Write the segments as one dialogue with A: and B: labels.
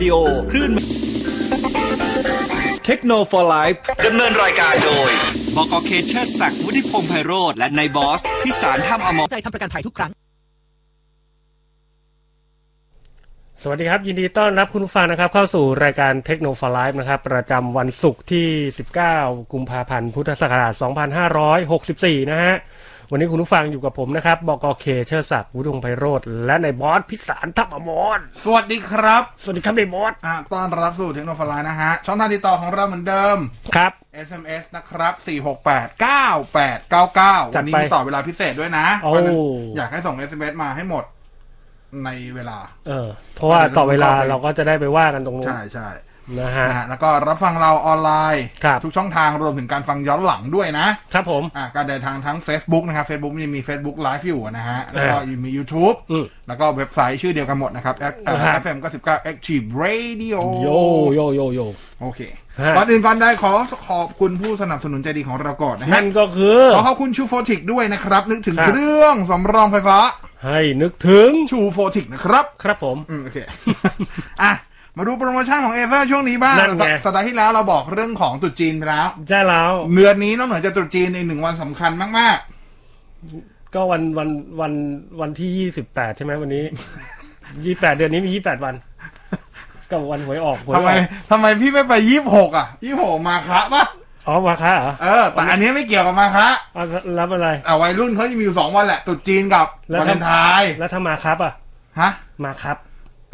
A: ดิโอคลื่นเทคโนโลยี
B: ดำเนินรายการโดย
A: บกเคเชอร์ศักดิ์วุฒิพงษ์ไพโรธและนายบอส พิสารท่ามอมร
C: ใจทำประกันภัยทุกครั้ง
D: สวัสดีครับ ยินดีต้อนรับคุณผู้ฟังนะครับ เข้าสู่รายการเทคโนโลยีนะครับ ประจำวันศุกร์ที่ 19 กุมภาพันธ์ พุทธศักราช 2564 นะฮะ วันนี้คุณผู้ฟังอยู่กับผมนะครับ บกเคเชอร์ศักดิ์วุฒิพงษ์ไพโรธและนายบอสพิสารทัพอมร
E: สวัสดีครับ
D: สวัสดีครับนายบอส
E: อ่ะต้อนรับสู่เทคโนโลยีนะฮะ ช่องทางติดต่อของเราเหมือนเดิม
D: ครับ
E: SMS นะครับ 468 9899
D: จั
E: วัน
D: ดไป
E: นี้มีต่อเวลาพิเศษด้วยนะ
D: โอ้
E: เพราะฉะนั้นอยากให้ส่ง SMS มาให้หมดในเวลา
D: เออเพราะว่าต่อเวลาเราก็จะได้ไปว่ากันตรงนู้น
E: ใช่ใช่
D: นะฮะ
E: นะฮะแล้วก็รับฟังเราออนไลน์
D: ครับ
E: ทุกช่องทางรวมถึงการฟังย้อนหลังด้วยนะครับ
D: ผม
E: อ่ะการเดินทางทั้ง Facebook นะครับ Facebook ยังมี Facebook Live อยู่นะฮะ แล้วก็
D: อ่ะ
E: มี YouTube
D: อืม
E: แล้วก็เว็บไซต์ชื่อเดียวกันหมดนะครับ
D: ครับ
E: FM 99 Active Radio
D: โยโยโยโย
E: โอเค
D: ฮะ
E: ก่อนอื่นก่อนได้ขอขอบคุณผู้สนับสนุนใจดีของเราก่อนนะฮะ
D: นั่นก็คือ
E: ขอขอบคุณชูโฟติกด้วยนะครับ นึกถึง
D: ครับ
E: เครื่องสำรองไฟฟ้า
D: ให้นึกถึง
E: ชูโฟติกนะครับ
D: ครับผม
E: อืม โอเค อ่ะ มาดูโปรโมชั่นของเอเซอร์ช่วงนี้บ้าง
D: นั่นไง
E: สัปดาห์ที่แล้วเราบอกเรื่องของตรุษจีนไปแล้ว
D: ใช่แล้ว
E: เดือนนี้นอกเหนือจากตรุษจีนอีกหนึ่งวันสำคัญมาก
D: ก็วันวันวันวันที่ยี่สิบแปดใช่ไหมวัน นี้ ยี่แปดเดือนนี้มียี่แปดวัน ก็วันหวยออกหวย
E: ๆทำ
D: อ
E: ไม
D: อก
E: ทำไมพี่ไม่ไปยี่สิบหกอ่ะยี่สิบหกมาคะปะ
D: อ๋อมาค้าเหรอ
E: เออแต่อันนี้ไม่เกี่ยวกับมาคะ
D: เอารับอะไร
E: เอาวัยรุ่นเขาจะมีอยู่สองวันแหละตรุษจีนกับ
D: แล้ว
E: วัน
D: ทำ
E: เลนไทาย
D: แล้วถ้ามาครับอ่ะ
E: ฮะ
D: มาครับ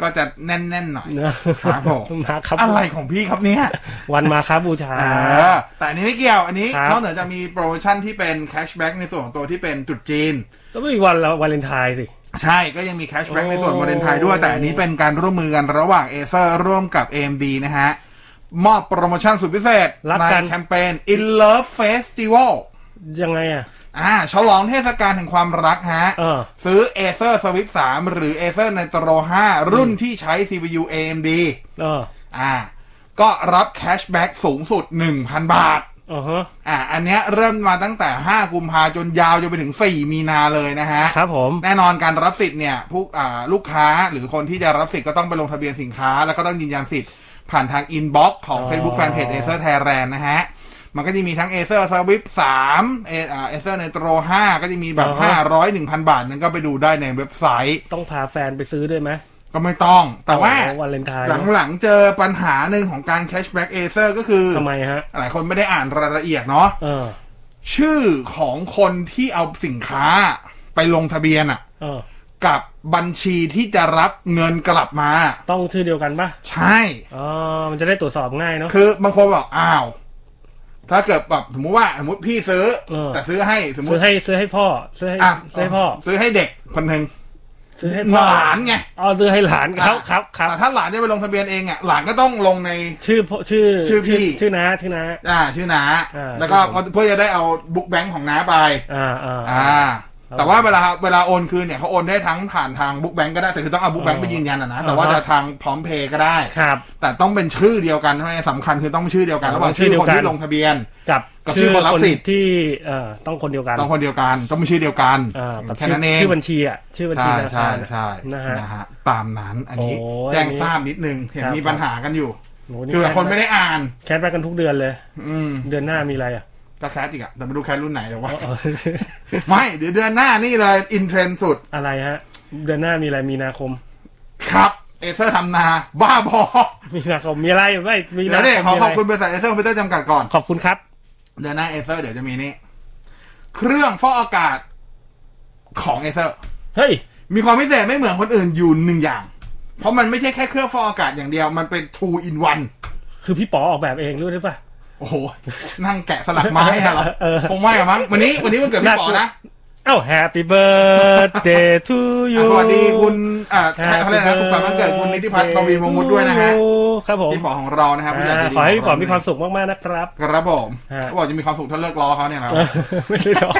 E: ก็จะแน่นๆหน่อย
D: นะครับ
E: ผม
D: มาครับ
E: อะไรของพี่ครับเนี่ย
D: วันมาครับบูชา
E: อ่าแต่อันนี้ไม่เกี่ยว อันนี้
D: ครับ
E: นอกเหนือจะมีโปรโมชั่นที่เป็นแคชแบ็กในส่วนของตัวที่เป็นจุดจีน
D: ต้องมีวันละวาเลนไทน์สิ
E: ใช่ก็ยังมีแคชแบ็ก
D: โอ้
E: ในส่วนวาเลนไทน์ด้วย แต่อันนี้เป็นการร่วมมือกันระหว่างเอเซอร์ร่วมกับ AMD นะฮะ มอบโปรโมชั่นสุดพิเศษ
D: รับ
E: ใน
D: กัน
E: แคมเปญ In Love Festival
D: ยังไงอ่ะ
E: อ่าฉลองเทศกาลแห่งความรักฮะ
D: เออ
E: ซื้อ Acer Swift 3 หรือ Acer Nitro 5 รุ่นที่ใช้ CPU AMD
D: เออ
E: อ่าก็รับแคชแบ็กสูงสุด 1,000 บาท
D: อ๋อฮะ
E: อ่ะอันเนี้ยเริ่มมาตั้งแต่ 5 กุมภาจนยาวจนไปถึง 4 มีนาเลยนะฮะ
D: ครับผม
E: แน่นอนการรับสิทธิ์เนี่ยผู้อ่าลูกค้าหรือคนที่จะรับสิทธิ์ก็ต้องไปลงทะเบียนสินค้า แล้วก็ต้องยืนยันสิทธิ์ผ่านทางอินบ็อกของ
D: อ๋อ
E: Facebook Fanpage Acer Thailand นะฮะ มันก็จะมีทั้ง Acer s w i f t 3เออ่า Acer Nitro 5 ก็จะมีแบบ 500 1,000 บาท นั้นก็ไปดูได้ในเว็บไซต์
D: ต้องพาแฟนไปซื้อด้วยไหม
E: ก็ไม่ต้อง แต่ว่า
D: อ๋อวาเลนไทน์
E: หลังๆเจอปัญหาหนึ่งของการแคชแบ็ก Acer ก็คือ
D: ทำไมฮะ
E: หลายคนไม่ได้อ่านรายละเอียดเนาะ
D: เออ
E: ชื่อของคนที่เอาสินค้าไปลงทะเบียนอ่ะ
D: เออ
E: กับบัญชีที่จะรับเงินกลับมา
D: ต้องชื่อเดียวกันปะ
E: ใช่
D: อ๋อมันจะได้ตรวจสอบง่ายเนาะ
E: คือบางคนบอกอ้าว ถ้าเกิดแบบสมมติว่าสมมติพี่ซื้อ
D: เออ
E: แต่ซื้อให้สมม
D: ซื้
E: ติ
D: อให้ซื้อให้พ่อซื้อให้
E: อ่ะ
D: ซื้อให้พ่อ
E: ซื้อให้เด็กคนหนึ่ง
D: ซื้อให้
E: ห
D: พ่อ
E: ลานไง
D: อ๋อซื้อให้หลานครับครับครับ
E: แต่ถ้าหลานจะไปลงทะเบียนเองอ่ะหลานก็ต้องลงใน
D: ชื่อพ่อชื่อ
E: ชื่อพี่
D: ชื่อน้าชื่อน้า
E: อ่าชื่อน้า
D: อ่า
E: แล้วก็เพื่อจะได้เอาบุ๊กแบงค์ของน้าไป
D: อ่าอ่า
E: อ่า แต่ว่าเวลาเวลาโอนคืนเนี่ยเขาโอนได้ทั้งผ่านทางบุ๊กแบงก์ก็ได้แต่คือต้องเอาบุ๊กแบงก์ไปยืนยันอะนะ แต่ว่า
D: อ่าฮะ
E: จะทางพร้อมเพย์ก็ได้
D: ครับ
E: แต่ต้องเป็นชื่อเดียวกันใช่ไหมสำคัญคือต้องชื่อเดียวกัน
D: อ่า
E: ระหว่าง
D: ชื่
E: ชื่อ
D: อเดียว
E: คน
D: กัน
E: ที่ลงทะเบียน
D: กับ
E: กับชื่อคนรับสิทธิ์
D: ที่เอ่อต้องคนเดียวกัน
E: ต้องคนเดียวกันต้องเป็นชื่อเดียวกัน
D: อ่ากับ
E: แค่
D: ชื่อ
E: นั้นเอง
D: ชื่อบัญชีอ่ะชื่อบัญชี
E: ใช่
D: ธนา
E: ใช่
D: คาร
E: ใช่
D: นะฮะ
E: นะฮะตามนั้นอันนี้
D: โอ้ย
E: แจ้งทราบนิดนึงเห็น
D: ครับ
E: มีปัญหากันอยู่
D: โหนี่
E: คือคนไม่
D: แ
E: ได้อ่าน
D: คสไปกันทุกเดือนเลย
E: อืม
D: เดือนหน้ามีอะไร อ่ะ
E: ก็แคสอีกอะแต่ไม่รู้แคสรุ่นไหนแต่ว่า
D: อ๋อ
E: ไม่เดี๋ยวเดือนหน้านี่เลยอินเทรนสุด
D: อะไรฮะ เดือนหน้ามีอะไรมีนาคม
E: ครับเอเซอร์ทำนาบ้าบอ
D: มีนาคมมีอะไรไม่มี
E: เดี๋ย
D: นาว ค
E: เนี่ย
D: ม
E: ขอ
D: มีะ
E: ข
D: ไร
E: อบคุณบริษัทเอเซอร์คอมพิวเตอร์จำกัดก่อน
D: ขอบคุณครับ
E: เดือนหน้าเอเซอร์เดี๋ยวจะมีนี่เครื่องฟอกอากาศของเอเซอร์
D: เฮ้ย
E: มีความพิเศษไม่เหมือนคนอื่นอยู่หนึ่งอย่าง เพราะมันไม่ใช่แค่เครื่องฟอกอากาศอย่างเดียว มันเป็น two in one
D: คือพี่ป๋อออกแบบเองรู้หรือเปล่า
E: โอ้โห นั่งแกะสลักไม้อะเหรอ
D: เออ
E: ผมไม่หรอะมั้งวันนี้วันนี้มันเกิดพี่ป๋อนะ
D: เอ้า Happy birthday to
E: อ่ะ
D: you
E: สวัสดีคุณเอ่อเขาเรียกอะไรนะสุขสันต์วันเกิดคุณนิติพัฒน์ปวีณวงศ์มุดด้วยนะฮะ
D: ครับผม
E: พี่ป๋อของเรานะครับผู้ใหญ่ใจ
D: อ่า
E: ดี
D: ขอให้พี่ป๋อมีความสุขมาก ๆ นะครับ
E: ครับผม
D: ฮะ
E: เขาบอกจะมีความสุขถ้าเลิกล้อเขาเนี่ยนะ
D: เออไม่ได้หรอก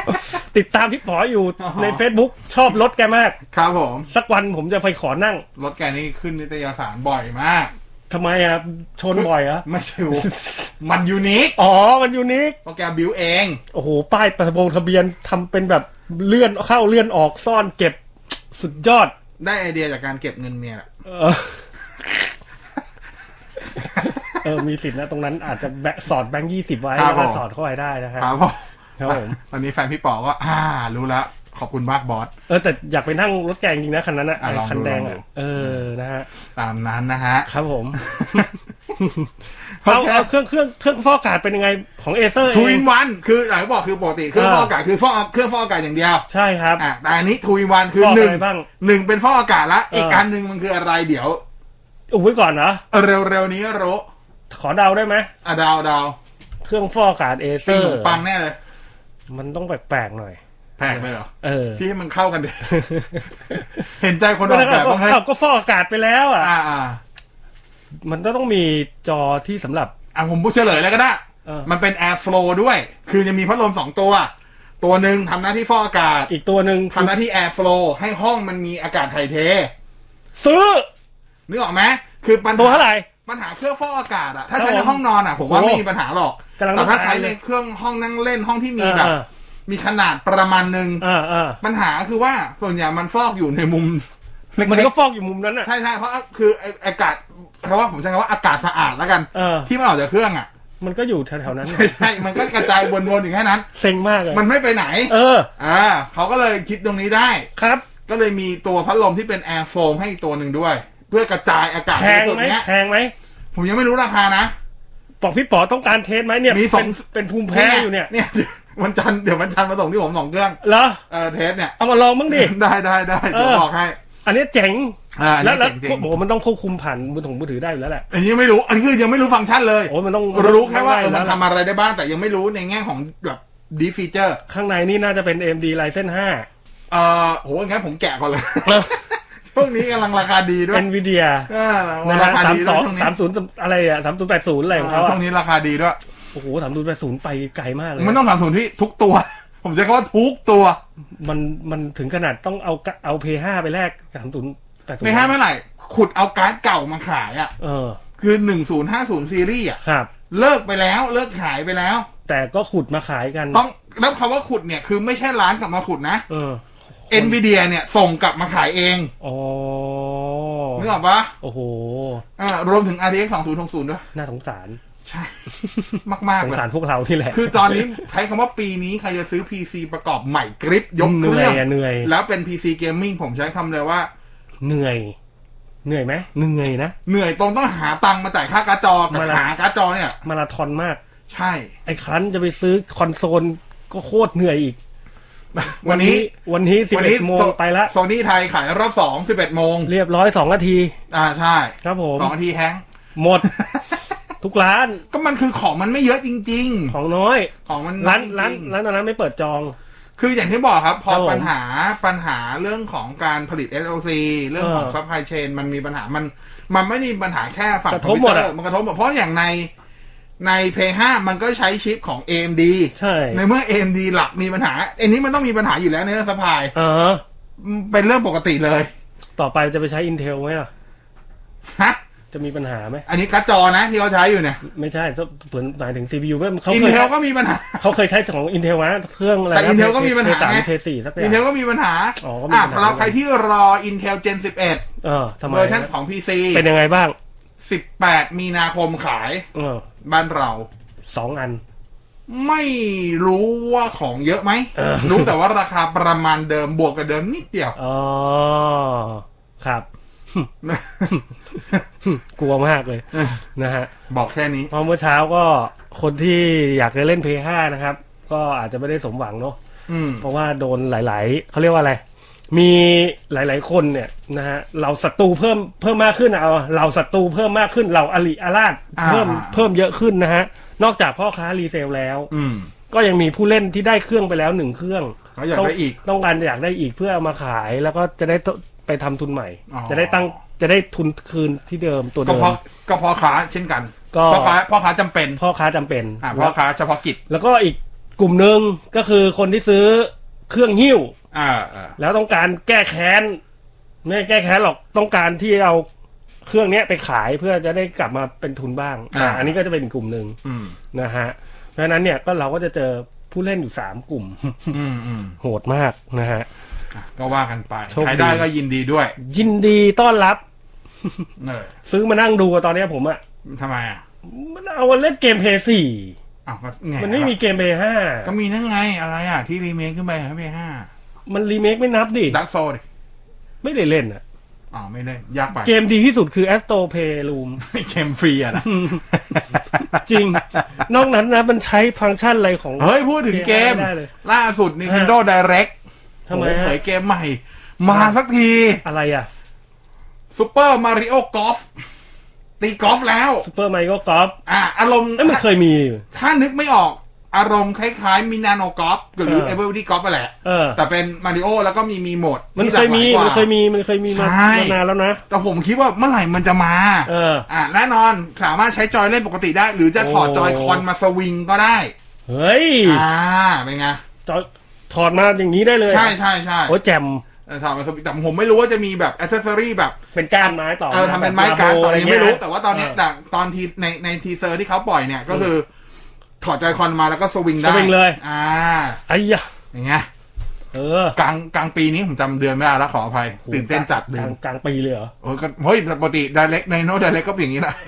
D: ติดตามพี่ป๋ออยู่
E: อ๋อ
D: ใน Facebook ชอบรถแกมาก
E: ครับผม
D: สักวันผมจะไปขอนั่ง
E: รถแกนี่ขึ้นนิตยสารบ่อยมาก
D: ทำไมอ่ะ ชนบ่อยเหรอ่ะ
E: ไม่ใช่วะ มันยูนิค
D: อ๋อ มันยูนิค
E: เพราะแกบิวเอง
D: โอ้โห ป้ายประบงทะเบียนทำเป็นแบบเลื่อนเข้าเลื่อนออกซ่อนเก็บสุดยอด
E: ได้ไอเดียจากการเก็บเงินเมียแหละ
D: เออ เออมีสิทธิ์นะตรงนั้นอาจจะแบะสอดแบงค์ยี่สิบไว้
E: ครั
D: แล้
E: บ
D: วก็
E: ผม
D: สอดเข้าไปได้นะฮะ
E: ครับผม
D: ครับผม
E: ตอนนี้แฟนพี่ป๋อก็อ่า รู้แล้ว ขอบคุณมากบอส
D: เออแต่อยากไปนั่งรถแกงจริงนะคันนั้นอะ
E: อ่ะลองดู
D: คันแดง
E: ลองดู
D: อะเออนะฮะ
E: ตามนั้นนะฮะ
D: ครับผม
E: โอเค
D: เอาเอาเครื่องเครื่องเครื่องฟอกอากาศเป็นยังไงของเอเซอร์
E: ทูอินวันคืออย่างที่บอกคือปกติเครื่อง
D: อ่า
E: ฟอกอากาศคือฟอกเครื่องฟอกอากาศอย่างเดียว
D: ใช่ครับ
E: อ่ะแต่อันนี้ทูอินวันคือ
D: ฟอก
E: หนึ่
D: อะไรบ้าง
E: หนึ่งเป็นฟอกอากาศละ
D: เอออี
E: อีกอันหนึ่งมันคืออะไรเดี๋ยว
D: อุ้ไว้ก่อนนะ
E: เร็วๆนี้รู้
D: ขอเดาได้ไหม
E: อ่ะดาวดาว
D: เครื่องฟอกอากาศเอเซ
E: ปิ้
D: อง
E: ขน
D: ร์
E: มปังแน่เลย
D: มันต้องแปลกๆหน่อย
E: แพงไปเหรอ
D: เออ
E: พี่ให้มันเข้ากันเด็ เห็นใจคนอ
D: ก็
E: อ
D: แล้
E: ก
D: ว
E: แบบบ้างไหม
D: ก็ก็ฟอกอากาศไปแล้วอ่ะ
E: อ่าอ่า
D: มันก็ต้องมีจอที่สำหรับ
E: อ่ะผมพูดเฉลยแล้วก็ได้
D: เออ
E: มันเป็น air flow ด้วย คือจะมีพัดลมสองตัว ตัวหนึ่งทำหน้าที่ฟอกอากาศ
D: อีกตัวหนึ่ง
E: ทำหน้าที่ air flow ให้ห้องมันมีอากาศถ่ายเท
D: ซื้อ
E: นึกออกไหมคือปัญ
D: ตัว
E: หา
D: เท่าไหร่
E: ปัญหาเครื่องฟอกอากาศอะถ้า
D: ครับ
E: ใช้ในห้องนอนอะผมว่า
D: โอ้โห
E: ไม่มีปัญหาหรอก
D: กำลัง
E: แต่ถ้า
D: ต้องการ
E: ใช้ใน
D: เลย
E: เครื่องห้องนั่งเล่นห้องที่มี
D: อ่า
E: แบบ
D: อ่า
E: มีขนาดประมาณหนึ่ง
D: อ่าอ่า
E: ปัญหาคือว่าส่วนใหญ่มันฟอกอยู่ในมุมเล็
D: มัน
E: ๆ
D: ก็ฟอกอยู่มุมนั้นอ่ะ
E: ใช่ใช่เพราะคือไอ้อากาศเพราะว่าผมใช้คำว่าอากาศสะอาดแล้วกัน
D: เออ
E: ที่มันออกจากเครื่องอ่ะ
D: มันก็อยู่แถวๆนั้น
E: ใช่ใช่มันก็กระจายวนๆอย่างแค่นั้น
D: เซ็งมากเลย
E: มันไม่ไปไหน
D: เออ
E: อ่าเขาก็เลยคิดตรงนี้ได้
D: ครับ
E: ก็เลยมีตัวพัดลมที่เป็นแอร์โฟมให้อีกตัวหนึ่งด้วย เพื่อกระจายอากาศ
D: แพง
E: ที่สุด
D: ไหม
E: เนี้ย
D: แพงไหม
E: ผมยังไม่รู้ราคานะ
D: บอกพี่ป๋อต้องการเทสไหมเนี่ย
E: มีสอง
D: เป็นเป็นภูมิแพ้อยู่เนี่ย
E: เนี่ย วันจันทร์เดี๋ยววันจันทร์มาส่งที่ผมสองเครื่อง
D: เหรอ
E: เออเทสเนี่ย
D: เอามาลองบ้างดิ
E: ได้ได้ได้เดี๋ยว
D: เออ
E: บอกให้
D: อันนี้เจ๋ง
E: อ่าอันนี้
D: แล้วแล้ว
E: เจ๋งจริง
D: โอ้โหมันต้องควบคุมผ่านมือถงมือถือได้อยู่แล้วแหละ
E: อันนี้ไม่รู้อันนี้คือยังไม่รู้ฟังก์ชันเลย
D: โอ้มันต้อง
E: รู้แค่ว่าเอ
D: มั
E: อน มัน
D: ได้
E: ทำอะไรได้บ้างแต่ยังไม่รู้ในแง่ของแบบดีฟีเจอร์
D: ข้างในนี่น่าจะเป็น AMD Ryzen 5
E: เอ่อโหงั้นผมแกะก่อนเลย ช่วงนี้กำลังราคาดีด้วย
D: Nvidia
E: เออ
D: นะ
E: รา
D: ฮะ
E: คา
D: สาม
E: ดี
D: ส
E: ด้ว
D: อย
E: ช่
D: ง
E: วงนี้
D: สามศูนย์อะไรอ่ะสามศูนย์แปดศูนย์อะไรของเขา
E: ช่
D: อ่ะ
E: วงนี้ราคาดีด้วย
D: โอ้โหสามศูนย์แปดศูนย์ไปไกลมากเลย
E: ไม่ต้องสามศูนย์ที่ทุกตัว ผมจะคำว่าทุกตัว
D: มันมันถึงขนาดต้องเอากะเอา P5 ไปแลกสามศูนย์แปดศูนย์
E: ไม่ให้เมื่อไหร่ขุดเอาการ์ดเก่ามาขายอ่ะ
D: เออ
E: คือหนึ่งศูนย์ห้าศูนย์ซีรีส์อ่ะ
D: ครับ
E: เลิกไปแล้วเลิกขายไปแล้ว
D: แต่ก็ขุดมาขายกัน
E: ต้องแล้วคำว่าขุดเนี่ยคือไม่ใช่ร้านกลับมาขุดนะ
D: เออ
E: เอ็นวีเดียเนี่ยส่งกลับมาขายเอง
D: อ๋อ
E: นึกออกปะ
D: โอ้โห
E: อ่ารวมถึง RTX 2060 ด้วย
D: น่าสงสาร
E: ใช่ มาก
D: ส
E: ๆ
D: ง
E: เลย
D: สารพวกเรานี่แหละ
E: คือตอนนี้ใช้คำว่าปีนี้ใครจะซื้อ PC ประกอบใหม่กริปยก
D: เห
E: เค
D: นื่อ
E: รื่
D: ย
E: อง
D: อะเหนื่อย
E: แล้วเป็น PC Gaming ผมใช้คำเลยว่า
D: เหนื่อย เหนื่อยไหมเหนื่อยนะ
E: เหนื่อยตรงต้องหาตังค์มาจ่ายค่าการ์ดจอกับ
D: มาละ
E: หาการ์ดจอเนี่ย
D: มาราธอนมาก
E: ใช่
D: ไอ้ครั้นจะไปซื้อคอนโซลก็โคตรเหนื่อยอีก
E: วันนี้
D: วันนี้สิบ
E: วั
D: เอ็ดโมงไปละ
E: โซนี่ไทยขายรอบสองสิบเอ็ดโมง
D: เรียบร้อยสองนาที
E: อ่าใช่
D: ครับผม
E: สองนาทีแฮงก์
D: หมด ทุกร้าน
E: ก็มันคือของมันไม่เยอะจริง
D: ของน้อย
E: ๆ ของมัน
D: ร้าน
E: อย
D: ร้าน
E: จงๆ
D: ร้านตอนนั้นไม่เปิดจอง
E: คืออย่างที่บอกครับ พอ
D: ครับผม
E: ปัญหาปัญหาเรื่องของการผลิต SOC เรื่องของ
D: เออ
E: ซัพพลายเชนมันมีปัญหามัน มันไม่ได้มีปัญหาแค่ฝั่ง
D: กระ
E: ค
D: ท
E: อม
D: บ
E: พิ
D: หม
E: ว
D: ด
E: เตอ
D: อะ
E: ร์มันกระทบหมดเพราะอย่างในใน Play 5มันก็ใช้ชิปของ AMD
D: ใช่
E: ในเมื่อ AMD หลักมีปัญหาอันนี้มันต้องมีปัญหาอยู่แล้วในเรื่องสปาย
D: อ่าฮะ
E: เป็นเรื่องปกติเลย
D: ต่อไปจะไปใช้ Intel ไหมล่ะ
E: ฮะ
D: จะมีปัญหาไหม
E: อันนี้การ์ดจอนะที่เขาใช้อยู่เนี่ย
D: ไม่ใช่ถ้าเผื่อหมายถึง CPU เว้ยเขา
E: อิน
D: เคย
E: เทลก็มีปัญหา
D: เขาเคยใช้ของ Intel นะเครื่องอะไร
E: แต่ Intel ก็มีปัญหา
D: สาม
E: ไง
D: เทสี่สักอ
E: อิ
D: ย่าน
E: เทล
D: ง
E: ก็มีปัญหา
D: อ๋อก็มี
E: ะ
D: ปัญหา
E: สำหรับใครที่รอ Intel Gen 11 เ
D: เออทำไม
E: วอร์ชันของ PC
D: เป็นยังไงบ้าง
E: 18 มีนาคมขาย
D: เออ
E: บ้านเรา
D: สองอัน
E: ไม่รู้ว่าของเยอะไหม
D: เออ
E: รู้แต่ว่าราคาประมาณเดิมบวกกับเดิมนิดเดียว
D: อ๋อครับ กลัวมากเลยนะฮะ
E: บอกแค่นี้
D: เพอเมื่อเช้าก็คนที่อยากจะเล่น Play 5นะครับ ก็อาจจะไม่ได้สมหวังเนาะ
E: อืม
D: เพราะว่าโดนหลาย ๆ เขาเรียกว่าอะไร มีหลาย ๆ คนเนี่ยนะฮะเราศัตรูเพิ่มเพิ่มมากขึ้นเอาเราศัตรูเพิ่มมากขึ้นเราอริอาราด
E: อ่า
D: เพิ่มเพิ่มเยอะขึ้นนะฮะนอกจากพ่อค้ารีเซลแล้ว
E: อืม
D: ก็ยังมีผู้เล่นที่ได้เครื่องไปแล้วหนึ่งเครื่อง
E: เขาอยากได้อีก
D: ต้องการอยากได้อีกเพื่อเอามาขายแล้วก็จะได้ตไปทำทุนใหม่
E: อ๋อ
D: จะได้ตั้งจะได้ทุนคืนที่เดิมตัว
E: ก็
D: เดิม
E: เพราะก็เพราะค้าเช่นกัน
D: ก็
E: เพราะค้าเพราะค้าจำเป็น
D: พ่อค้าจำเป็น
E: อ่าเพราะค้าเฉพาะกิจ
D: แล้วก็อีกกลุ่มหนึ่งก็คือคนที่ซื้อเครื่องหิ้ว
E: อ่าอ่า
D: แล้วต้องการแก้แค้นไม่ได้แก้แค้นหรอกต้องการที่เอาเครื่องเนี้ยไปขายเพื่อจะได้กลับมาเป็นทุนบ้างอ่ะอันนี้ก็จะเป็นอีกกลุ่มหนึ่ง
E: อืม
D: นะฮะเพราะฉะนั้นเนี่ยก็เราก็จะเจอผู้เล่นอยู่สามกลุ่ม
E: อืมอืม
D: โหดมากนะฮะ
E: อ่ะก็ว่ากันไป
D: โชคดี
E: ใครได้ก็ยินดีด้วย
D: ยินดีต้อนรับ
E: เออ
D: ซื้อมานั่งดูอะตอนเนี้ยผมอะ
E: ทำไมอ่ะ
D: มันเอามาเล่นเกมเพย์สี่
E: อ้าวก็ไง
D: มันไม่มีเกมเพย์ห้า
E: ก็มีนั่นไงอะไรอ่ะ ที่รีเมคขึ้นไปครับพี่ห้า
D: มันรีเมคไม่นับดิ
E: ดักโซดิ
D: ไม่ได้เล่นอ่ะ
E: อ๋อไม่ได้ยากไป
D: เกมดีที่สุดคือ a s t r o p l a y r o o m
E: เกมฟรีอ่ะนะ
D: จริง นอกนั้นนะมันใช้ฟังก์ชันอะไรของ
E: เฮ้ย พูดถึงเกม
D: ได้เลย
E: ล่าสุด Nintendo Direct
D: ทำไม
E: โอ้โห
D: ฮะ
E: เผยเกมใหม่ มาสักที
D: อะไรอ่ะ
E: Super Mario Golf ตีกอล์ฟแล้ว
D: ซูเปอร์ไมโครกอล์ฟ
E: อ่ะอารมณ์
D: เอ้ยมันเคยมีอยู่
E: ถ้านึกไม่ออกอารมณ์คล้ายๆ มินาโนกอล์ฟหรือ
D: เออ
E: เอเวอร์ดี้กอล์ฟไปแหละ
D: เออ
E: แต่เป็นมาริโอแล้วก็มีมีโหมด
D: มัน
E: ที่ห
D: เค
E: ลากห
D: ย
E: ลา
D: มี
E: ยกว่า
D: มันเคยมี มันเคยมีมา
E: ใช่
D: มานานแล้วนะ
E: แต่ผมคิดว่าเมื่อไหร่มันจะมา
D: เออ
E: อ่ะแน่นอนสามารถใช้จอยเล่นปกติได้ หรือจะถอด
D: โอ้
E: จอยคอนมาสวิงก็ได้
D: เฮ้ย
E: อ่าเป็นไง
D: จอถอดมาอย่างนี้ได้เลย
E: ใช่ใช่ใช่
D: โอ้ยแจม
E: เออถอดมาสวิงแต่ผมไม่รู้ว่าจะมีแบบอ c เซสซอรี่แบบ
D: เป็นก้านไม้ต่อ
E: เออทำเป็นไม้การดตอนนี้ไม่รู้
D: อะเงี้ย
E: แต่ว่าตอนเนี้ย
D: เ
E: แต่ตอนทีในในทีเซอร์ที่เขาปล่อยเนี่ยก็คือ ถอดจอยคอนมาแล้วก็สวิงได้
D: สวิงเลย
E: อ่า
D: ไอ้ยะ
E: อย่างเงย
D: เออก
E: ลางกลางปีนี้ผมจำเดือนไม่ได้แล้วขออภัยตื่นเต้นจัด
D: ก
E: เล
D: ลาย งกลางปีเลยเหรอ
E: โอ้ยก็เฮ้ยปกติไดเ c กในโน้ตไดเ c กก็เป็นอย่างนี้แหละ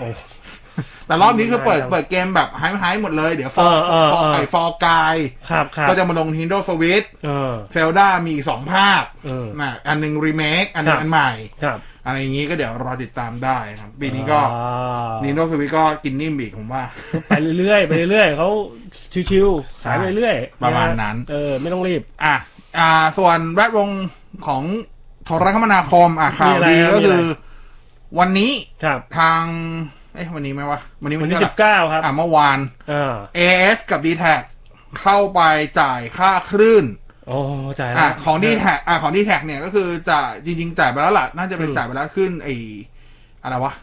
E: แต่รอบนี้คือเปิด
D: ไม่ได้
E: เปิดเกมแบบหายหายหมดเลย เดี๋ยวฟอ
D: เออเออ
E: ฟอ
D: เออ
E: ไอฟอกาย
D: ครับครับ
E: ก็จะมาลง Nintendo Switch
D: เออ
E: เซลดามีอีกสองภาค
D: เออ
E: นะอันหนึ่งรีเมคอันหนึ
D: ครั
E: งอั
D: บ
E: นใหม่
D: ครับ
E: อะไรอย่างนี้ก็เดี๋ยวรอติดตามได้ครับ ปีนี้ก็
D: อ่า
E: Nintendo Switch ก็กินนิ่มบีกผมว่า
D: ไปเรื่อยๆไปเรื่อยๆเขาชิวๆขายไปเรื่อยๆ
E: ประมาณนั้น
D: เออไม่ต้องรีบ
E: อ่ะอ่า ส่วนแวดวงของโทรคมนาคมอ่ะข่าว
D: มีอะไร
E: ดีก็
D: มีอะไร
E: คือ วันนี้
D: ครับ
E: ทาง เอ้วันนี้ไหมวะ วันนี้
D: วันที่
E: เท่าไห
D: สิ
E: ร่
D: บเก้าครับ
E: อ่ะเมื่อวาน
D: อ่า
E: AS กับ d t แทเข้าไปจ่ายค่าคลื่น
D: โอ้จ่ายแล้ว
E: อ่ะของ d t แทอ่ะของ d t แทเนี่ยก็คือจ่ายจริง ๆ จ่ายไปแล้วล่ะ น่าจะเป็นจ่ายไปแล้วขึ้นไออะไรวะ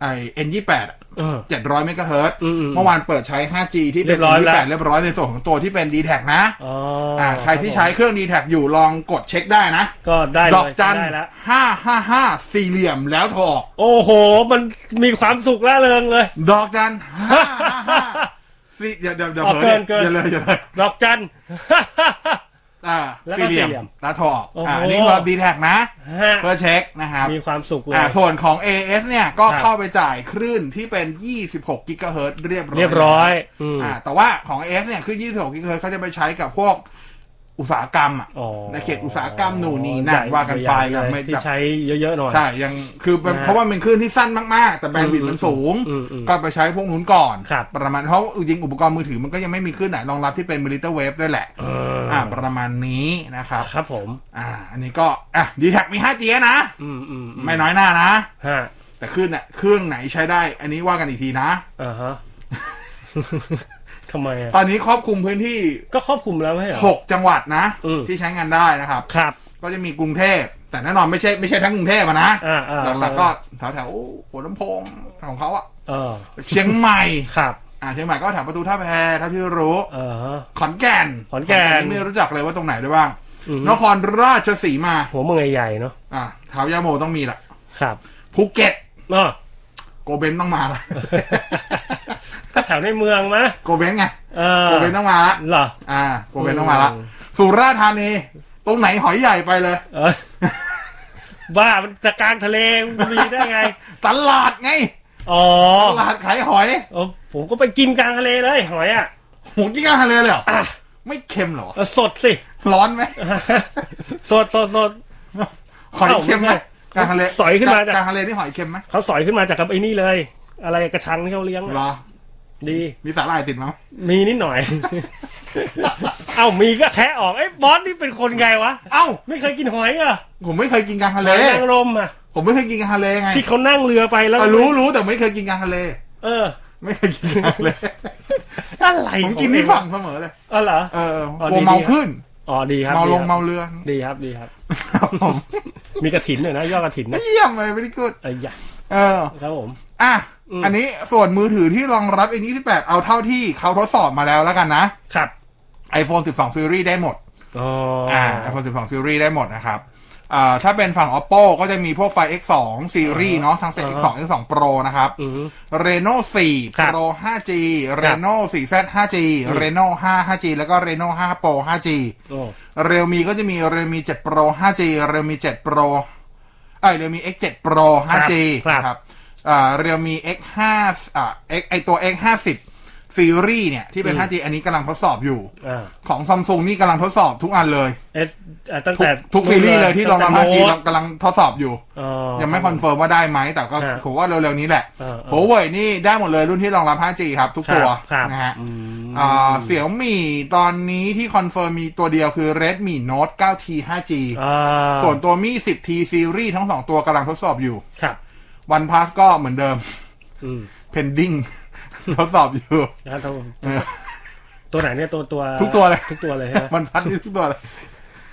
E: ไอ N ยี่แปด
D: เออ
E: เจ็ดร้อยเมกะเฮิรตซ์
D: อืมอืม
E: เมื่อวานเปิดใช้ 5G ที่เป็น
D: เรียบร้อย
E: N
D: แล้
E: ยี่แป
D: ว
E: ดเรียบร้อยในส่วนของตัวที่เป็น d t แทนะ
D: อ๋อ
E: อ่ะใครที่ใช้เครื่อง d t แทอยู่ลองกดเช็คได้นะ
D: ก็ได้เลย
E: ดอกจัน
D: ได้แล้ว
E: ห้าห้าห้าสี่เหลี่ยมแล้วโทรออก
D: โอ้โห มันมีความสุขล่าเริงเลย
E: ดอกจันห้าห้าห้าสี่เดี๋ยวเดี๋ยวเดี๋ยว
D: อ๋อ
E: เผลอ
D: เกินเกิน
E: เดี๋ยวเลยเดี๋ยวเลย
D: ดอกจัน
E: อ่า
D: แล้วก็
E: สี่เหลี่ยม
D: สี่เหลี่ยม
E: แล้วถอด
D: โอ้โห
E: อ่าอันนี้เราดีแท็กนะ
D: ห้า
E: เพื่อเช็คนะครับ
D: มีความสุขเลย
E: อ่าส่วนของ AS เนี่ยก็
D: ครับ
E: เข้าไปจ่ายคลื่นที่เป็น 26กิกะเฮิรตซ์เรียบร้อย
D: เรียบร้อยอืม
E: อ่าแต่ว่าของ AS เนี่ยคือ 26กิกะเฮิรตซ์เขาจะไปใช้กับพวกอุตสาหกรรมอ่ะ
D: อ๋อ
E: ในเขตอุตสาหกรรมหนูนนี่นั่นว่ากันไป
D: ให
E: กั
D: ญ่
E: บ
D: ๆ
E: ไม่
D: ที่
E: แบบ
D: ใช้เยอะๆหน่อย
E: ใช่ยังคือเป็น
D: นะ
E: เพราะว่ามันเป็นคลื่นที่สั้นมากๆ แต่แบนด์วิดต์มันสูง
D: อืมอืม
E: ก็ไปใช้พวกนู้นก่อน
D: ครับ
E: ประมาณเพราะจริงๆอุปกรณ์มือถือมันก็ยังไม่มีขึ้นไหนรองรับที่เป็นมิลิเตอร์เวฟด้วยแหละ
D: เอออ
E: อ่า ประมาณนี้นะครับ
D: ครับผม
E: อ่า อันนี้ก็อ่ะดีแท็กมี 5G นะ
D: อืมอืมอืม
E: ไม่น้อยหน้านะ
D: ฮะ
E: แต่ขึ้นอ่ะเครื่องไหนใช้ได้ อันนี้ว่ากันอีกทีนะ
D: อ่า ฮะ ทำไมอะ
E: ตอนนี้ครอบคลุมพื้นที่
D: ก็ครอบคลุมแล้วไม่ใช่เหรอ
E: 6 จังหวัดนะ
D: อืม
E: ที่ใช้งานได้นะครับ
D: ครับ
E: ก็จะมีกรุงเทพ แต่แน่นอนไม่ใช่ไม่ใช่ทั้งกรุงเทพอะนะ
D: อ่าอ่า
E: หลักๆก็แถวแถวๆหัวลำโพงของเขาอะ
D: เออ
E: เชียงใหม่
D: ครับ
E: อ่าเชียงใหม่ก็แถวประตูท่าแพเท่าที่รู้
D: เออฮะ
E: ขอนแก่น
D: ขอนแก่น
E: ไม่รู้จักเลยว่าตรงไหนด้วยบ้าง
D: อืม
E: นครราชสีมา
D: หัวเมืองใหญ่ๆเนาะ
E: อ่ะแถวยาโมต้องมีละ
D: ครับ
E: ภูเก็ต
D: เนาะ
E: โกเบนต้องมาละ
D: ก็แถวในเมืองมะ
E: โกเบนไง
D: เออ
E: โกเบนต้องมาละ
D: เหรอ
E: อ่า โกเบนต้องมาละ สุราษฎร์ธานี ตรงไหนหอยใหญ่ไปเลย
D: เออ บ้ามันจะกลางทะเลมันมีได้ไง
E: ตลาดไง
D: อ๋อ
E: ตลาดขายหอย
D: เออผมก็ไปกินกลางทะเลเลยหอยอ่ะ
E: หมูกิ้งกาทะเลเลยเหรออไม่เค็มเหรอ
D: เออสดสิ
E: ร้อนไหม
D: สดสดสด
E: หอยเค็มไหม
D: เอ้าก
E: าทะเล
D: สอยขึ้นมาจาก
E: กาทะเลนี่หอยเค็มไหม
D: เขาสอยขึ้นมาจากกับไอ้นี่เลย อะไรกระชังที่เขาเลี้ยง
E: เหร
D: อะ
E: อ
D: ดี
E: มีสาหร่ายติดมั้ย
D: มีนิดหน่อย เอ้ามีก็แคะออกไอ้ยบอสนี่เป็นคนไงวะ
E: เอ้า
D: ไม่เคยกินหอยเหรอ่ะ
E: ผมไม่เคยกินกาทะ
D: ห
E: เล
D: อยนางรมอ่ะ
E: ผมไม่เคยกินกาทะเลไง
D: ที่เขานั่งเรือไปแล้ว
E: อ่ะรู้รู้แต่ไม่เคยกินกาทะเล
D: เออ
E: ไม่เคยกินกาทะเล
D: อะไร
E: ผมกินที่ฝั่งเสมอเลย
D: อ๋อเหรอ
E: เออ
D: อ๋อก
E: ลัว
D: ดีๆ
E: เมาขึ้น
D: อ๋อดีครับ
E: เมาลง
D: ดีครับ
E: เมาเรือ
D: ดีครับดีครับ
E: ครับผม
D: มีกระถินหน่อยนะยอดกระถินนะ
E: เยี่ยมเลยไม่ได้กูด
D: ไอ้ยะ
E: เออ
D: ครับผม
E: อ่ะ
D: อืม
E: อันนี้ส่วนมือถือที่รองรับ N28 เอาเท่าที่เขาทดสอบมาแล้วแล้วกันนะ
D: ครับ
E: iPhone 12 Series ได้หมด
D: อ๋ออ่า
E: อ่า iPhone 12 Series ได้หมดนะครับ อ่า ถ้าเป็นฝั่ง Oppo ก็จะมีพวกไฟ X2 Series เนาะ ทั้งเซต X2 X2 Pro นะครับ
D: อืม
E: Reno 4
D: ครับ
E: Pro 5G Reno 4Z 5G Reno 5 5G แล้วก็ Reno 5 Pro 5G
D: โอ้
E: เรียวมีก็จะมีเรียวมี7 Pro 5G เรียวมี7 Pro เอ้ยเรียวมี X7 Pro 5G
D: ครับ
E: ครับ อ่าเรียวมี X5 อ่า X ไอตัว X50 ซีรีส์เนี่ย ที่เป็น 5G อันนี้กำลังทดสอบอยู่
D: อ่า
E: ของซัมซุงนี่กำลังทดสอบทุกอันเลย
D: เอสอ่าตั้ง
E: ทุก
D: แต่
E: ทุกซีรีส์เลยที่รองรับ 5G
D: ตั้งแต่โน้ต
E: กำลังทดสอบอยู่
D: อ๋
E: ยังไม่คอนเฟิร์มว่าได้ไหม แต่ก็
D: ฮะ
E: ผมว่าเร็วๆนี้แหละ
D: เออเออ
E: โ o เว่ยนี่ได้หมดเลยรุ่นที่รองรับ 5G ครับ ทุกตัว
D: ครับ
E: นะฮะอ่าเสี่ยวมี่ตอนนี้ที่คอนเฟิร์มมีตัวเดียวคือ Redmi Note 9T 5G
D: อ่า
E: ส่วนตัวมี่ 10T ซีรีส์ทั้งสองตัวกำลังทดสอบอยู่
D: ครับ
E: OnePlus ก็เหมือนเดิม
D: อืม
E: pending ทดสอบอยู่
D: นะครับตัวตัวไหนเนี่ยตัวตัว
E: ทุกตัวเลย
D: ทุกตัวเลยใช่ไหม
E: มันพัดนี่ทุกตัวเลย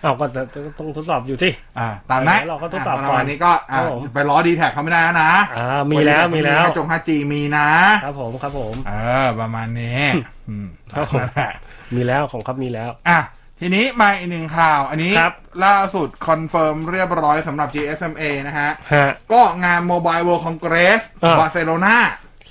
D: อ้าวก็จะต้องทดสอบอยู่ที่
E: อ่าตามนะ
D: เดี๋ยวเราก็ทดสอบก่อน
E: วันนี้ก็อ่า
D: ครับผม
E: ไปล้อดีแท็กเขาไม่ได้แล้วนะ
D: อ่ามีแล้วมีแล้ว
E: จง 5G มีนะ
D: ครับผมครับผม
E: เออ ประมาณนี้อืม
D: ครับผม
E: นั่นแหละ
D: มีแล้วของครับมีแล้ว
E: อ่ะ ทีนี้มาอีกหนึ่งข่าว อันนี้
D: ครับ
E: ล่าสุดคอนเฟิร์มเรียบร้อยสำหรับ GSMA นะฮะ
D: ฮะ
E: ก็งาน Mobile World Congress
D: อ่า
E: บาร์เซโลนา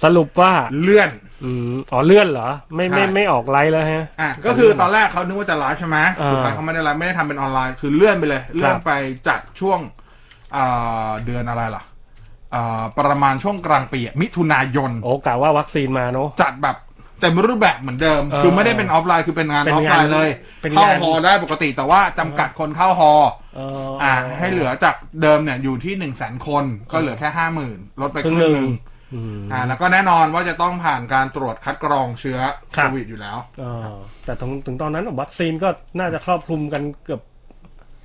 D: สรุปว่า
E: เลื่อน
D: อืมอ๋อเลื่อนเหรอ ไม่ไม่
E: ใช่
D: ไม่ออกไลฟ์แล้วฮะ
E: อ่ะ ก็คือตอนแรกเขานึกว่าจะไลฟ์ใช่ไหม
D: อ่า
E: สุดท้ายเขาไม่ได้ไลฟ์ไม่ได้ทำเป็นออนไลน์ คือเลื่อนไปเลย เลื่อนไปจากช่วงอ่าเดือนอะไรล่ะอ่าประมาณช่วงกลางปีอะมิถุนายน
D: โอ้กะว่าวัคซีนมาเนาะ
E: จัดแบบเต็มรูปแบบเหมือนเดิม
D: เออ
E: คือไม่ได้เป็นออฟไลน์คือเป็นงานอ
D: เป็นงา
E: อฟ
D: น
E: ไลน์เลย
D: เป็นงาน
E: เข้าฮอได้ปกติแต่ว่าจำกัดคนเข้าฮอ
D: เอออ
E: อ่า ให้เหลือจากเดิมเนี่ยอยู่ที่หนึ่งแสนคนก็เหลือแค่ห้าหมื่นลดไปค
D: ครึ่
E: รึ่งห
D: งหนึ่ง
E: นึ่ง
D: อืม
E: อ่า แล้วก็แน่นอนว่าจะต้องผ่านการตรวจคัดกรองเชื้อ
D: ครั
E: โค
D: บ
E: วิดอยู่แล้ว
D: เออแต่ถึงถึงตอนนั้นวัคซีนก็น่าจะครอบคลุมกันเกือบ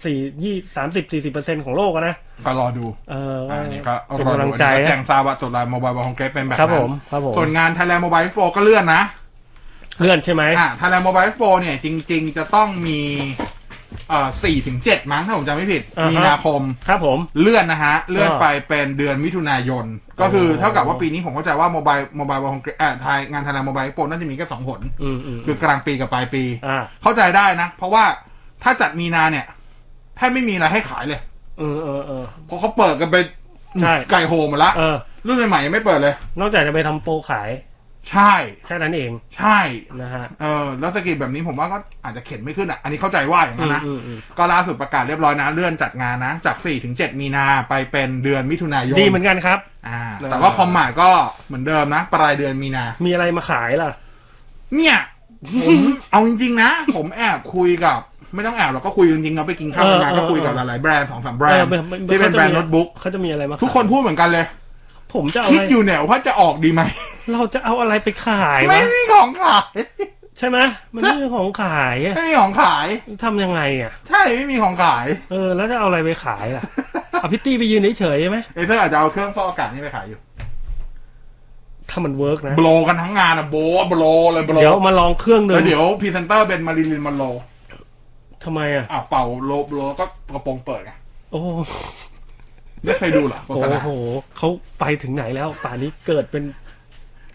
D: สี่ยี่สามสิบสี่สิบเปอร์เซ็นของโลกอะนะ
E: ก็รอดู
D: เออ
E: อ่านี่ก็
D: เป็
E: รอก
D: นำลั
E: ดู
D: งใจ
E: อันนี้ก็แจ้
D: นะ
E: งทราบว่าตรวจลายโมบายบอลของเกรเป็นแบบ
D: ครับ
E: นั้
D: ผม
E: น
D: ครับผม
E: ส่วนงานไทยแลนด์โมบายโฟก็เลื่อนนะ
D: เลื่อนใช่ไหม
E: อ่าไทยแลนด์โมบายโฟเนี่ยจริง ๆ จะต้องมีเอ่อสี่ถึงเจ็ดมั้งถ้าผมจำไม่ผิด มีนาคม
D: ครับผม
E: เลื่อนนะฮะ เลื่อน
D: อ่า
E: ไปเป็นเดือนมิถุนายน ก็คือ
D: โอ้
E: เท่ากับว่าปีนี้ผมเข้าใจว่าโมบายโมบายของเอ่อไทยงานไทยแลนด์โมบายโปรน่าจะมีแค่สองผล
D: อืมอืม
E: คือกลางปีกับปลายปี
D: อ่า
E: เข้าใจได้นะ เพราะว่าถ้าจัดมีนาเนี่ยแทบไม่มีอะไรให้ขายเลย
D: เออเออเออ
E: เพราะเขาเปิดกันไป
D: ใช่
E: ไก่โหมหมดละ
D: เออ
E: รุ่นใหม่ๆยังไม่เปิดเลย
D: นอกจากจะไปทำโปรขาย
E: ใช่
D: แค่นั้นเอง
E: ใช่
D: นะฮะ
E: เออแล้วสกิลแบบนี้ผมว่าก็อาจจะเข็นไม่ขึ้นอ่ะอันนี้เข้าใจว่าอย่าง
D: อื
E: นั้น
D: ม
E: นะ
D: อืมอืม
E: ก็ล่าสุดประกาศเรียบร้อยนะเลื่อนจัดงานนะ จาก4ถึง7มีนาไปเป็นเดือนมิถุนายน
D: ดีเหมือนกันครับ
E: อ่า
D: เออ
E: แต่ว่าคอมหมายก็เหมือนเดิมนะ ปลายเดือนมีนา
D: มีอะไรมาขายล่ะ
E: เนี่ย ผม เอาจริง ๆ นะ ผมแอบคุยกับ ไม่ต้องแอบเราก็คุยจริงๆเราไปกินข้าวกันมา
D: เออเออ
E: ก็คุยกับหลายๆแบรนด์สองสามแบรน
D: เออ
E: ด์
D: ไม่ไม่
E: ที่เป็นแบรนด์
D: ขาจะมี
E: โน้ตบุ๊ก
D: เขาจะมีอะไรมาขาย
E: ทุกคนพูดเหมือนกันเลย
D: ผมจะเอา
E: คิด
D: อะไร
E: อยู่เนี่ยว่าจะออกดีไหม
D: เราจะเอาอะไรไปขาย
E: ไม่
D: วะ
E: มีของขาย
D: ใช่ไหมมันเรื่องของขายอะ
E: ไม่มีของขาย
D: ทำยังไงอ่ะ
E: ใช่ไม่มีของขาย
D: เออ แล้วจะเอาอะไรไปขายล่ะ เอาพิตตี้ไปยืนเฉยๆใช่ไหม
E: เอเธอร์อาจจะเอาเครื่องฟอกอากาศนี่ไปขายอยู่
D: ถ้ามันเวิร์กนะ
E: โบลกันทั้งงานอะโบะโบลเลยโบล
D: เดี๋ยวมาลองเครื่องหนึ่
E: แล้
D: ง
E: วเดี๋ยวพรีเซนเตอร์เป็นมาริลินมันโล
D: ทำไมอ่ะ
E: อ่ะเป่าโลโลก็กระโปรงเปิดไง
D: โอ้โห
E: ไม่เคยดูเหรอโฆ
D: โอ้
E: ษณา
D: โหเขาไปถึงไหนแล้ว ป่านนี้เกิดเป็น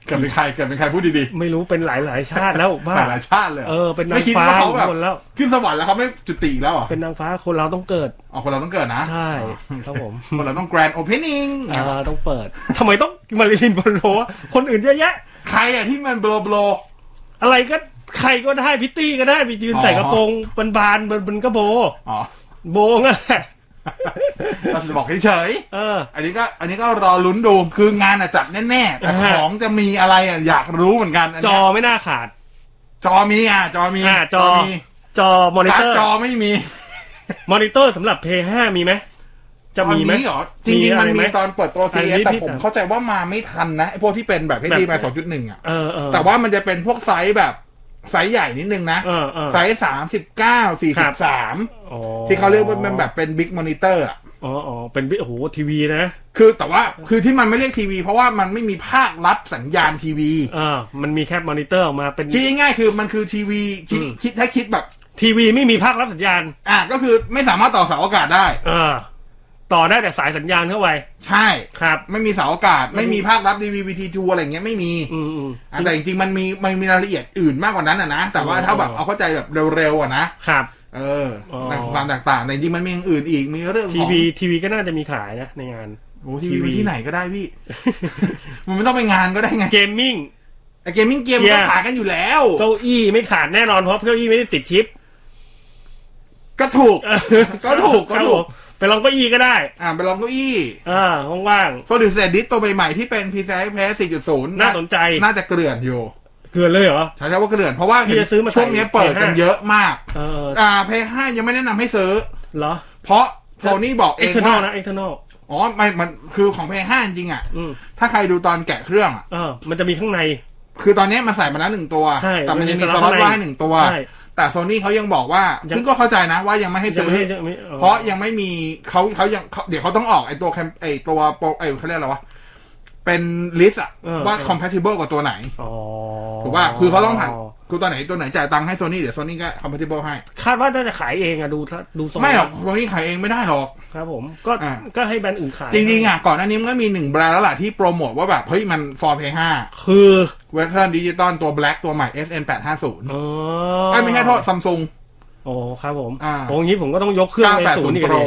E: เกิดเป็นใครเกิดเป็นใครพูดดีๆ
D: ไม่รู้เป็นหลายๆชาติแล้วบ้า
E: หลายหลายๆชาติเลยหร
D: เออเป็นนาง
E: ไม่คิด
D: ฟ้า
E: ว่าเขาแบบ
D: คนแล้ว
E: ขึ้นสวรรค์แล้วเขาไม่จุติอีกแล้วเหรอ
D: เป็นนางฟ้าคนเราต้องเกิด
E: อ๋อคนเราต้องเกิดนะ
D: ใช่ครับผม
E: คนเราต้อง grand opening
D: อ่าต้องเปิด ทำไมต้องมาริลินบอนโรวะคนอื่นเยอะแยะ
E: ใครอะที่มันโบลโบล
D: อะไรก็ใครก็ได้พิตตี้ก็ได้ไปยืน
E: อ๋อ
D: ใส่กระโปรงบานบานๆบนบนกระโบ
E: อ๋อ
D: โบงอะ
E: เราจะบอกเฉย
D: เออ
E: ๆอันนี้ก็อันนี้ก็รอลุ้นดูคืองานอะจัดแน่ๆแต่
D: อ่าฮะ
E: ของจะมีอะไรอะอยากรู้เหมือนกันน
D: จ
E: เนี้
D: อย ไม่น่าขาด
E: จอมีอะจอมี
D: อ่าจอ
E: มี
D: จอมอนิ
E: การ์
D: เต
E: ด
D: อร์
E: จอไม่มี
D: มอนิเตอร์สำหรับ Play 5มีไหมจะมีไหม
E: ตอนนี้เหรอจริงๆมันมี
D: มีอะไรไหม
E: ตอนเปิดตัว
D: อัน
E: CS
D: นี้
E: แต่
D: พี่
E: ผมเข้าใจว่ามาไม่ทันนะไอ้พวกที่เป็นแบบให้
D: แบบ
E: ดีมาสองจุดหนึ่งอะ
D: เออเออ
E: แต่ว่ามันจะเป็นพวกไซส์แบบไซส์ใหญ่นิดนึงนะ
D: เออเออ
E: ไซส์สามสิบเก้าสี่
D: ค
E: สิ
D: รั
E: บสาม
D: อ๋อ
E: ที่เขาเรียกว่าเป็นแบบเป็นบิ๊กมอนิเตอร์
D: อ๋ออ๋อเป็นโอ้โหทีวีนะ
E: คือแต่ว่าคือที่มันไม่เรียกทีวี เพราะว่ามันไม่มีภาครับสัญญาณทีวี
D: เออมันมีแค่มอนิเตอร์ออกมาเป็น
E: คิดง่ายๆคือมันคือทีวีคิด
D: อืม
E: คิดถ้าคิดแบบ
D: ทีวีไม่มีภาครับสัญญาณ
E: อ่ะก็คือไม่สามารถต่อเสาอากาศได้
D: เออ ต่อได้แต่สายสัญญาณเข้าไป
E: ใช่
D: ครับ
E: ไม่มีเสาอากาศ ไม่มีภาครับดีวีวีทีทูอะไรอย่างเงี้ยไม่มี
D: อืมอืม
E: อ่ะแต่จริงๆมันมีมันมีรายละเอียดอื่นมากกว่านั้นอ่ะนะแต่ว่าถ้าแบบเอาเข้าใจแบบเร็วๆอ่ะนะครับ เออ
D: อ๋อ
E: ความต่างๆแต่จริงๆมันมีอย่างอื่นอีกมีเรื่องของ
D: ทีวีทีวีก็น่าจะมีขายนะในงาน
E: โอ้ทีวี
D: TV
E: ที่ ไหนก็ได้พี่ มันไม่ต้องไปงานก็ได้ไง
D: เกมมิ่ง
E: ไอเกมมิ่งเกมมันก็
D: Yeah
E: ขายกันอยู่แล้ว
D: เก้าอี้ไม่ขาดแน่นอนเพราะเก้าอี้ไม่ได้ติดชิป
E: ก็ถูก ก็ถูก
D: ค
E: ก็
D: รับ
E: ถู
D: ผ
E: ก
D: ม ไปลองเก็อีก็ได้
E: อ่าไปลองเก้าอี้
D: อ่าว่าง
E: โซลิดเซดิสตัวใหม่ๆที่เป็น PCI Express 4.0
D: น่าสนใจ
E: น่าจะเกลื่อนอยู่
D: ๆเกลือเลยเหรอ
E: ใช้คำว่าเกลื่อนเพราะว่า
D: ที่จะซื้อมาใส่
E: ช่วงนี้เปิดกัน
D: Play 5
E: เยอะมาก
D: เออ
E: อ่าเพย์ห้ายังไม่แนะนำให้ซื้อ
D: เหรอ
E: เพราะโซนี่บอกเอ
D: เอ็ก
E: ง
D: เทอร์นอ
E: ว่า
D: ลนะเอ็กเทอร์นอล
E: อ๋อไม่มันคือของเพย์ห้าจริงๆอ่ะ
D: อืม
E: ถ้าใครดูตอนแกะเครื่องอ่ะ
D: เออมันจะมีข้างใน
E: คือตอนนี้มาใส่มาแล้วหนึ่งตัว
D: ใช่
E: แต่มันยังมี
D: มันมี
E: สล็อต
D: สล็อต
E: ว่า
D: ให้
E: ให้หนึ่งตัว
D: ใช่
E: แต่โซนี่เขายังบอกว่า
D: ยัง
E: ซึ่งก็เข้าใจนะว่ายังไม่ให้
D: ยัง
E: ซื้อ
D: ไม่ยังไม่ออ
E: เพราะยังไม่มีเขาเขายังเขาเดี๋ยวเขาต้องออกไอตัวแคมไอตัวโปรไอเขาเรียกอะไรวะ เป็นลิสต์อะว่า compatible กับตัวไหน
D: อ๋อ
E: ถูกป่ะคือเขาต้องผ่านคือตัวไหนตัวไหนจ่ายตังค์ให้โซนี่เดี๋ยวโซนี่ก็ compatible ให้
D: คาดว่าน่าจะขายเองอะดูถ้าดูทรง
E: ไม่หรอกโซนี่ขายเองไม่ได้หรอก
D: ครับผมก็
E: อ่า
D: ก็ให้แบรนด์อื่นขาย
E: จริงๆอ่ะก่อนหน้านี้มันก็มีหนึ่งแบรนด์แล้วล่ะที่โปรโมทว่าแบบ เฮ้ยมัน for pay 5
D: คือ
E: Western Digital ตัว Black ตัวใหม่ SN 850
D: อ๋อ
E: ไอ้ยไม่ใช่โทษ Samsung
D: โอ้ครับผม
E: อ่า
D: โอ้ยงี้ผมก็ต้องยกเครื่องไปศูนย์อี
E: 980
D: กเล
E: Pro
D: ย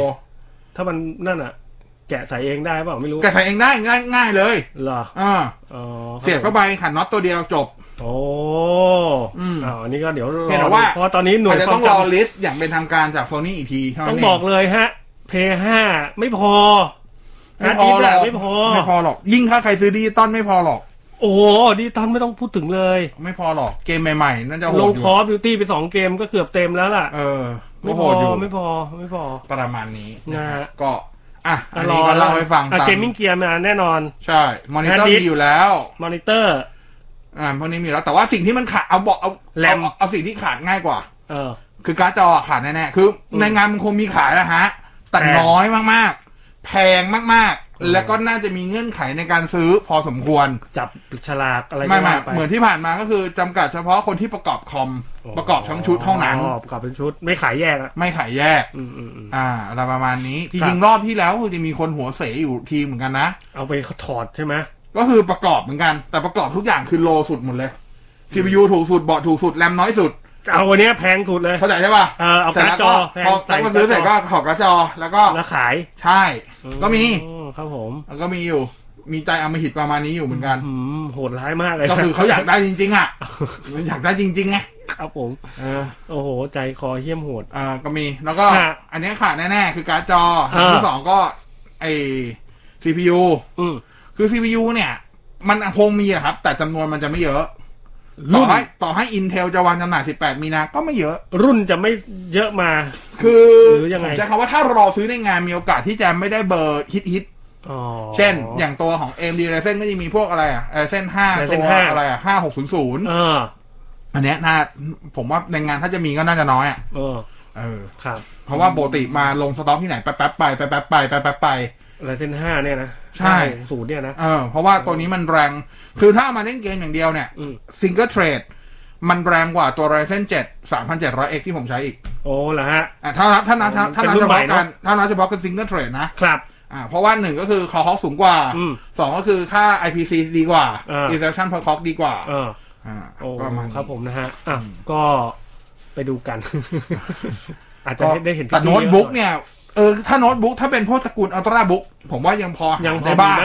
D: ถ้ามันนั่นอะแกะใส่เองได้เปล่าไม่รู้
E: แกะใส่เองได้ง่ายง่ายเลย
D: เหรอ
E: อ่า
D: อ๋อครับ
E: เสียบเข้าไปขันน็อตตัวเดียวจบ
D: โอ้
E: อืม
D: อ่าอันนี้ก็เดี๋ยวรอ
E: เห็นแต่ว่า
D: เพราะตอนนี้หน่ว
E: อาจ
D: ย
E: จะ
D: ควา
E: ต้
D: ม
E: องรอ
D: จำ
E: ลิสต์อย่างเป็นทางการจากโซนี่อีกทีเท่านั้น
D: ต้อง
E: เอง
D: บอกเลยฮะ เพย์ห้าไม่พอ
E: ไม่พอหร
D: ฮา
E: อก
D: ร์ดดิสก์ะไม่พอ
E: ไม่พอหรอก ยิ่งถ้าใครซื้อดิจิตอลไม่พอหรอก
D: โอ้ดิจิตอลไม่ต้องพูดถึงเลย
E: ไม่พอหรอกเกมใหม่ๆนั่นจะโห
D: ล
E: ดอ
D: งค
E: ยู่
D: อร์บิวตี้ไปสองเกมก็เกือบเต็มแล้วล่ะ
E: เออ
D: ไม่
E: ก็
D: พ
E: โห
D: อ
E: ดอยู่
D: ไม่พอไม่พอ
E: ประมาณนี้
D: นะฮะ
E: ก็อ่ะอันนี้ก็เล่าให้ฟังตาม
D: เกมมิ่งเกียร์มาแน่นอน
E: ใช่มอนิเตอร์
D: Hard disk
E: มีอยู่แล้ว
D: มอนิเตอร์
E: อ่าพวกนี้มีอยู่แล้วแต่ว่าสิ่งที่มันขาดเอาบอกเอา
D: แรม
E: เอาเอาสิ่งที่ขาดง่ายกว่า
D: เออ
E: คือการ์ดจอขาดแน่ๆคือ
D: อืม
E: ในงานมันคงมีขายนะฮะ แต่
D: แพง
E: น้อยมากๆ แพงมากๆ แล้วก็น่าจะมีเงื่อนไขในการซื้อพอสมควร
D: จับฉลากอะไรก็
E: ไม่ไม่
D: ว่าป
E: เหมือนที่ผ่านมาก็คือจำกัดเฉพาะคนที่ประกอบคอมประกอบทั้งชุดเท่านั้น
D: อ๋อประกอบเป็นชุดไม่ขายแยกอ่ะ
E: ไม่ขายแยก
D: อืมอืมอืม
E: อ่าอะไรประมาณนี้จ
D: ครั
E: ริ
D: บ
E: งๆรอบที่แล้วคือจะมีคนหัวเสยอยู่ทีมเหมือนกันนะ
D: เอาไปถอดใช่ไหม
E: ก็คือประกอบเหมือนกัน แต่ประกอบทุกอย่างคือโลสุดหมดเลย CPU ถูกสุดบอร์ดถูกสุดแรมน้อยสุด
D: จะเอาวันเนี้ยแพงสุดเลย
E: เข้าใจใช่ป่ะ
D: เออเอาการ์ดจอแพง
E: พอแล้วก็ซื้อเสร็จก็ขอบการ์ดจอแล้วก็
D: แล้วขาย
E: ใช่ ก็มี
D: อืครับผม
E: แล้วก็มีอยู่ มีใจเอามาหิดประมาณนี้อยู่เหมือนกัน
D: อืมโหดร้ายมากเลย
E: ก็คือเขาอยากได้จริง ๆ อ่ะมันอยากได้จริงๆไง
D: ครับผม
E: เออ
D: โอ้โหใจคอเหี้ยมโหด
E: เออก็มีแล้วก็
D: ฮะ
E: อันนี้ขาดแน่ๆ คือการ์ดจอ
D: เออ
E: ที่สองก็ไอ CPU
D: อืม
E: คือ CPU เนี่ย มันคงมีอะครับ แต่จำนวนมันจะไม่เยอะ ต่
D: รุ่
E: อน ให้ต่อให้ Intel จะวางจำหน่าย 18 มีนา ก็ไม่เยอะ
D: รุ่นจะไม่เยอะมา
E: คือ
D: หรือยังไง
E: ผมจะคำว่าถ้ารอซื้อในงานมีโอกาสที่จะไม่ได้เบอร์ฮิตๆ
D: อ๋อ
E: เช่น อย่างตัวของ AMD Ryzen ก็จะมีพวกอะไรอ่ะ Ryzen 5
D: Ryzen
E: ตัว
D: 5
E: อะไรอ่ะ5600
D: เออ
E: อันเนี้ยน่าผมว่าในงานถ้าจะมีก็น่าจะน้อยอ่ะ
D: เออ
E: เออ
D: ครับ
E: เพราะว่าปกติมาลงสต็อกที่ไหนแป๊บๆไปแป๊บๆไปแป๊บๆไป
D: ลายเส้นห้าเนี่ยนะ
E: ใช่
D: ศูนย์เนี่ยนะ
E: เออเพราะว่าตัวนี้มันแรง คือถ้ามาเล่นเกมอย่างเดียวเนี่ย
D: อืม
E: Single Thread มันแรงกว่าตัว Ryzen 7 3700X ที่ผมใช้อีก
D: โอ้เหรอฮะ
E: อ่ะถ้านับถ้านับถ้าถ้านับ
D: เป็นรุ่
E: เฉ
D: นใหม่
E: พาะ
D: เน
E: กั
D: อะ
E: นถ้านับเฉพาะกัน Single Thread นะครับ อ่าเพราะว่าหนึ่งก็คือคอฮอกสูงกว่า
D: อืม
E: สองก็คือค่า IPC ดีกว่า
D: อ่า
E: Instruction per clock ดีกว่า
D: เออ
E: อ่า
D: โอ้
E: ประมาณนี้
D: ครับผมนะฮะ อ่ะ ก็ไปดู กัน อาจจะ
E: ก็
D: ได้เห็น
E: แต่
D: พี่
E: โน้ตบุ๊ก
D: เยอะ
E: เนี่ยเออถ้าโน้ตบุ๊กถ้าเป็นพวกตระกูลอัลตร้าบุ๊กผมว่ายังพอ
D: หน่อยยัง
E: หา
D: พอ
E: ได้
D: มี
E: บ้าง
D: ไหม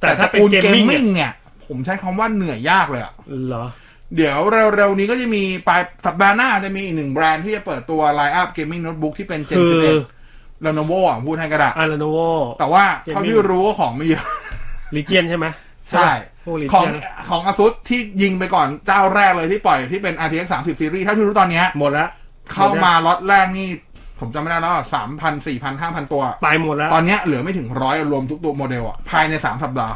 D: แต่
E: แต่ต
D: ถ้า
E: ระ
D: เป็น
E: กูล
D: เก
E: เก
D: ม
E: ม
D: มิ่
E: มิ่
D: ง
E: งเนี่ย ผมใช้คำว่าเหนื่อยยากเลยอะ
D: เหรอ
E: เดี๋ยวเร็วๆนี้ก็จะมีปลายสัปดาห์หน้าจะมีอีกหนึ่งแบรนด์ที่จะเปิดตัวไล n ์อัพเกมมิ่งโน้ตบุ๊กที่เป็นเจน
D: คื
E: สิบ
D: อ
E: เอ็ดลโนโวอ่ะพูดให้กระดาษ
D: อาร์โนโว
E: แต่ว่า
D: Gaming
E: เท่าที่รู้ก็ของไม่เยอะ
D: ลิเจียนใช่ไหม
E: ใช่
D: ปะพวกลิ
E: ขอ
D: เจี
E: ง
D: ยน
E: ของอาซุสที่ยิงไปก่อนเจ้าแรกเลยที่ปล่อยที่เป็น RTX 30 Series เท่าที่รู้ตอนเนี้ย
D: หมดละ
E: เข้ามาล็อตแรกนี่ผมจำไม่ได้แล้วสามพันสี่พันห้าพันตัว
D: ไปหมดละ
E: ตอนเนี้ยเหลือไม่ถึงร้อยรวมทุกตัวโมเดลอะภายในสามสัปดาห์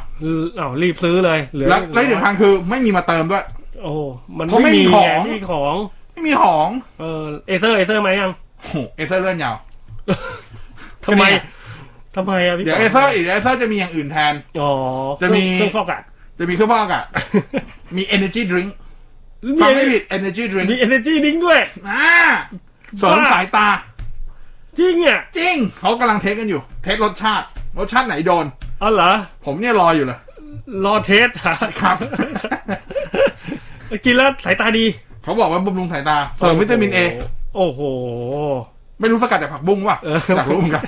D: เอ้าวรีบซื้อเลย เหลือ
E: แล้วแล้วอีกหนึ่งทางคือไม่มีมาเติมด้วย
D: โอ้ มัน
E: เพราะไม่
D: ไม่
E: มี
D: มี
E: ของ
D: ไงไม่มีของ
E: ไม่มีของ
D: เออเอเซอร์เอเซอร์ไหมยัง
E: โอ้โหเอเซอร์เลื่อนยาว
D: ทำไม
E: ก็เนี่ย
D: ทำไมอะพี่
E: เดี๋ยวเอเซอร์อีกเอเซอร์จะมีอย่างอื่นแทน
D: อ๋อ
E: จะมี
D: เครื่องฟอกอากาศ
E: จะมีเครื่องฟอกอากาศ มี energy drink ฟังไม่ผิด energy drink
D: มี energy drink ด้วย
E: อ่าเสริมสายตา
D: จริงอ่ะ
E: จริง เขากำลังเทสกันอยู่ เทสรสชาติ รสชาติไหนโดน
D: เอาเหรอ
E: ผมเนี่ยรออยู่เลย
D: รอเทสหา
E: ครับ
D: กินแล้วสายตาดี
E: เขาบอกว่าบำรุงสายตา เสริมวิตามินเอ
D: โอ้โห
E: ไม่รู้สกัดจากผักบุ้งว่ะ
D: เอออ
E: อยากรู้เหมือนกัน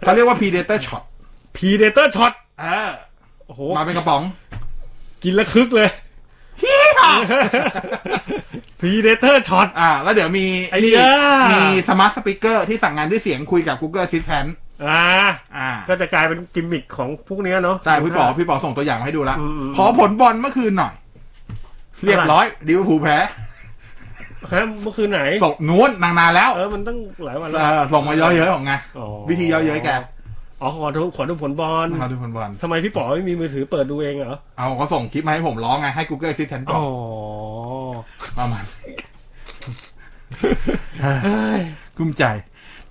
E: เขาเรียกว่า predator shot
D: predator shot
E: เออ
D: โอ้โห
E: มาเป็นกระป๋อง
D: กินแล้วคึกเลย
E: พี่พ อ่ะ
D: พีเดเตอร์ช็อต
E: อ่า แล้วเดี๋ยวมี
D: ไอ้
E: นี่
D: เหี้ย
E: มีสมาร์ทสปีกเกอร์ที่สั่งงานด้วยเสียงคุยกับ Google Assistant
D: อ่า
E: อ่า
D: ก็จะกลายเป็นกิมมิคของพวกเนี้ยเนาะ
E: ใช่พี่ป๋อพี่ป๋อส่งตัวอย่างมาให้ดูละ
D: อืมอืม
E: ขอผลบอลเมื่อคืนหน่อย เรียบ
D: อะไร
E: ร้อยลิเวอร์พูลแพ้
D: ฮะเมื่อคืนไหน
E: ส่งนู้นนานๆแล้ว
D: เออ มันต้องหลายวันแล้ว
E: เออส่งมาเยอะๆของไง
D: อ๋อ
E: วิธีเยอะๆแก
D: อ๋อ ขอดูขอดูผลบอล
E: มาดูผลบอล
D: ทำไมพี่ป๋อไม่มีมือถือเปิดดูเองเหรอ
E: เอาก็ส่งคลิปมาให้ผมร้องไงให้ Google Assistant บอก
D: อ๋อ
E: ประมาณ
D: เฮ้ย
E: กลุ้มใจ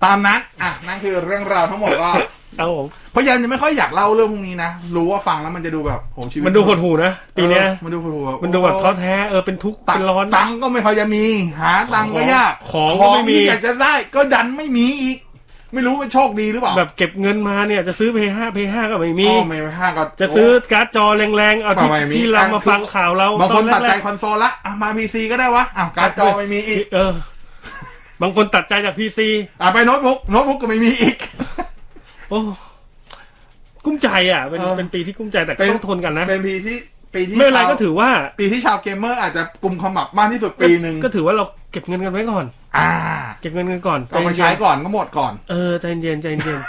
E: ตามนั้น อ่ะ นั่นคือเรื่องราวทั้งหมดก็
D: เอาผม
E: เพราะยันจะไม่ค่อยอยากเล่าเรื่องพวกนี้นะ รู้ว่าฟังแล้วมันจะดูแบบโหชีวิต
D: มันดูหดหูนะ ปีเนี้ย
E: เออมันดูหดหู
D: มันดูแบบท้อแท้ เออ เป็นทุกข์
E: ตั
D: เป็
E: ง
D: นร้อน
E: ตังค์ก็ไม่พอจะมี หาตังค์ก็ยาก
D: ของ
E: ข
D: ก็
E: อง
D: ไม่มี
E: ที่อยากจะได้ก็ดันไม่มีอีก ไม่รู้ว่าโชคดีหรือเปล่า
D: แบบเก็บเงินมาเนี่ย จะซื้อเพย์ห้าเพย์ห้าก็ไม่มี
E: อ้อไม่ห้าก็
D: จะซื้อการ์ดจอแรงๆ เอาที่
E: ไม่มี
D: ที่เรามาฟังข่าวเรา
E: บางคน
D: ต
E: ตั
D: อ
E: ด
D: แร
E: ใจ
D: ก
E: คอนโซลละอ่ะมาพีซีก็ได้วะอ้าวการ์ดจอไม่มีอีก
D: ๆเออ บางคนตัดใจจากพีซี
E: อ่ะไปโน้ตบุ๊กโน้ตบุ๊กก็ไม่มีอีก
D: โอ้กุ้มใจอ่ะ เป็น
E: เออ
D: เป็นปีที่กุ้มใจแต่ก็
E: เป็น
D: ต้องทนกันนะ
E: เป็นปีที่ปีที่
D: ไม่เป็นไรก็ถือว่า
E: ปีที่ชาวเกมเมอร์อาจจะกลุ่มขมับมากที่สุดปีหนึ่ง
D: ก็ถือว่าเราเก็บเงินกันไว้ก่อน
E: อ่า
D: เก็บเงินกันก่อน
E: ก็มา
D: ใจ
E: ใช้
D: เย็น
E: ก่อนก็หมดก่อน
D: เออใจเย็นใจเย็น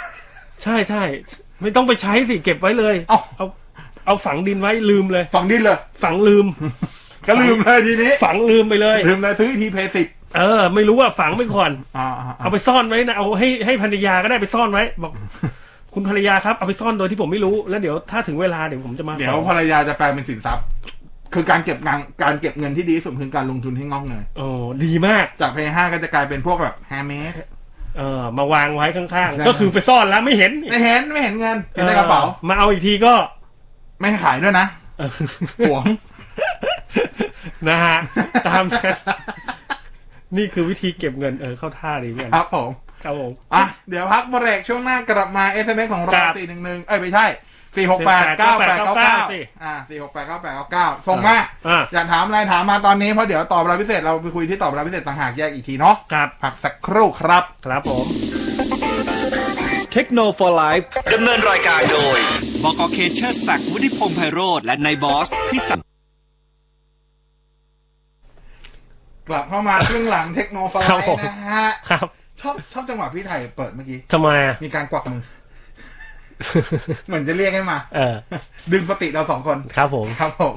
D: ใช่ใช่ไม่ต้องไปใช้สิเก็บไว้เลย
E: เอ้า
D: เอา เอาฝังดินไว้ลืมเลย
E: ฝังดินเลย
D: ฝังลืม
E: ก็ลืมเลยทีนี้
D: ฝังลืมไปเลย
E: ลืมเลยซื้อทีเพย์สิบ
D: เออ ไม่รู้ว่าฝังไปก่อน
E: อ่า
D: เอาไปซ่อนไว้นะเอาให้ให้ภรรยาก็ได้ไปซ่อนไว้ บอก คุณภรรยาครับเอาไปซ่อนโดยที่ผมไม่รู้แล้วเดี๋ยวถ้าถึงเวลาเดี๋ยวผมจะมา
E: เดี๋ยว
D: ขอ
E: ภรรยาจะแปลเป็นสินทรัพย์ คือการเก็บเงินการเก็บเงินที่ดีที่สุดคือการลงทุนที่งอกเงย
D: โอ้ดีมาก
E: จากเพย์ห้าก็จะกลายเป็นพวกแบบแฮมเมส
D: เออมาวางไว้ข้าง
E: ใช่
D: ๆ ก็คือไปซ่อนแล้วไม่เห็น
E: ไม่เห็นไม่เห็นเงินเห็นในกระเป๋า
D: ออมาเอาอีกทีก็
E: ไม่ให้ขายด้วยนะ
D: เออ
E: หวง
D: นะฮะ ตามนั้นนี่คือวิธีเก็บเงินเออเข้าท่าดีเหมือน
E: ค
D: กัน
E: รับผม
D: ครับผม
E: อ่ะ เดี๋ยวพักเบรกช่วงหน้ากลับมาเอสเอ็มเอของเรา
D: ครับ
E: สี่หนึ่งหนึ่งเอ้ยไม่ใช่สี่หกแปดเก้าแปดเก้าเก้า
D: สิ
E: อ่าสี่หกแปดเก้าแปดเก้าเก้าส่งมา
D: อ่ะ
E: อยากถามอะไรถามมาตอนนี้เพราะเดี๋ยวตอบรายพิเศษเราไปคุยที่ตอบรายพิเศษต่างหากแยกอีกทีเนาะ
D: ครับ
E: พักสักครู่ครับ
D: ครับผม
A: เทคโนโลยีไลฟ์
B: ดำเนินรายการโดย
A: บกเคเชอร์ศักดิ์วุฒิพงษ์ไพโรธและนายบอสพิสัน
E: กลับเข้ามาครึ่งหลังเทคโนโล
D: ครับผ
E: ยี
D: ม
E: นะฮะ
D: ครับ
E: ชอบชอบจังหวะพี่ไทยเปิดเมื่อกี้
D: ทำไมอ่ะ
E: มีการกวักมือ เหมือนจะเรียกให้มา
D: เออ
E: ดึงสติเราสองคน
D: ครับผม
E: ครับผม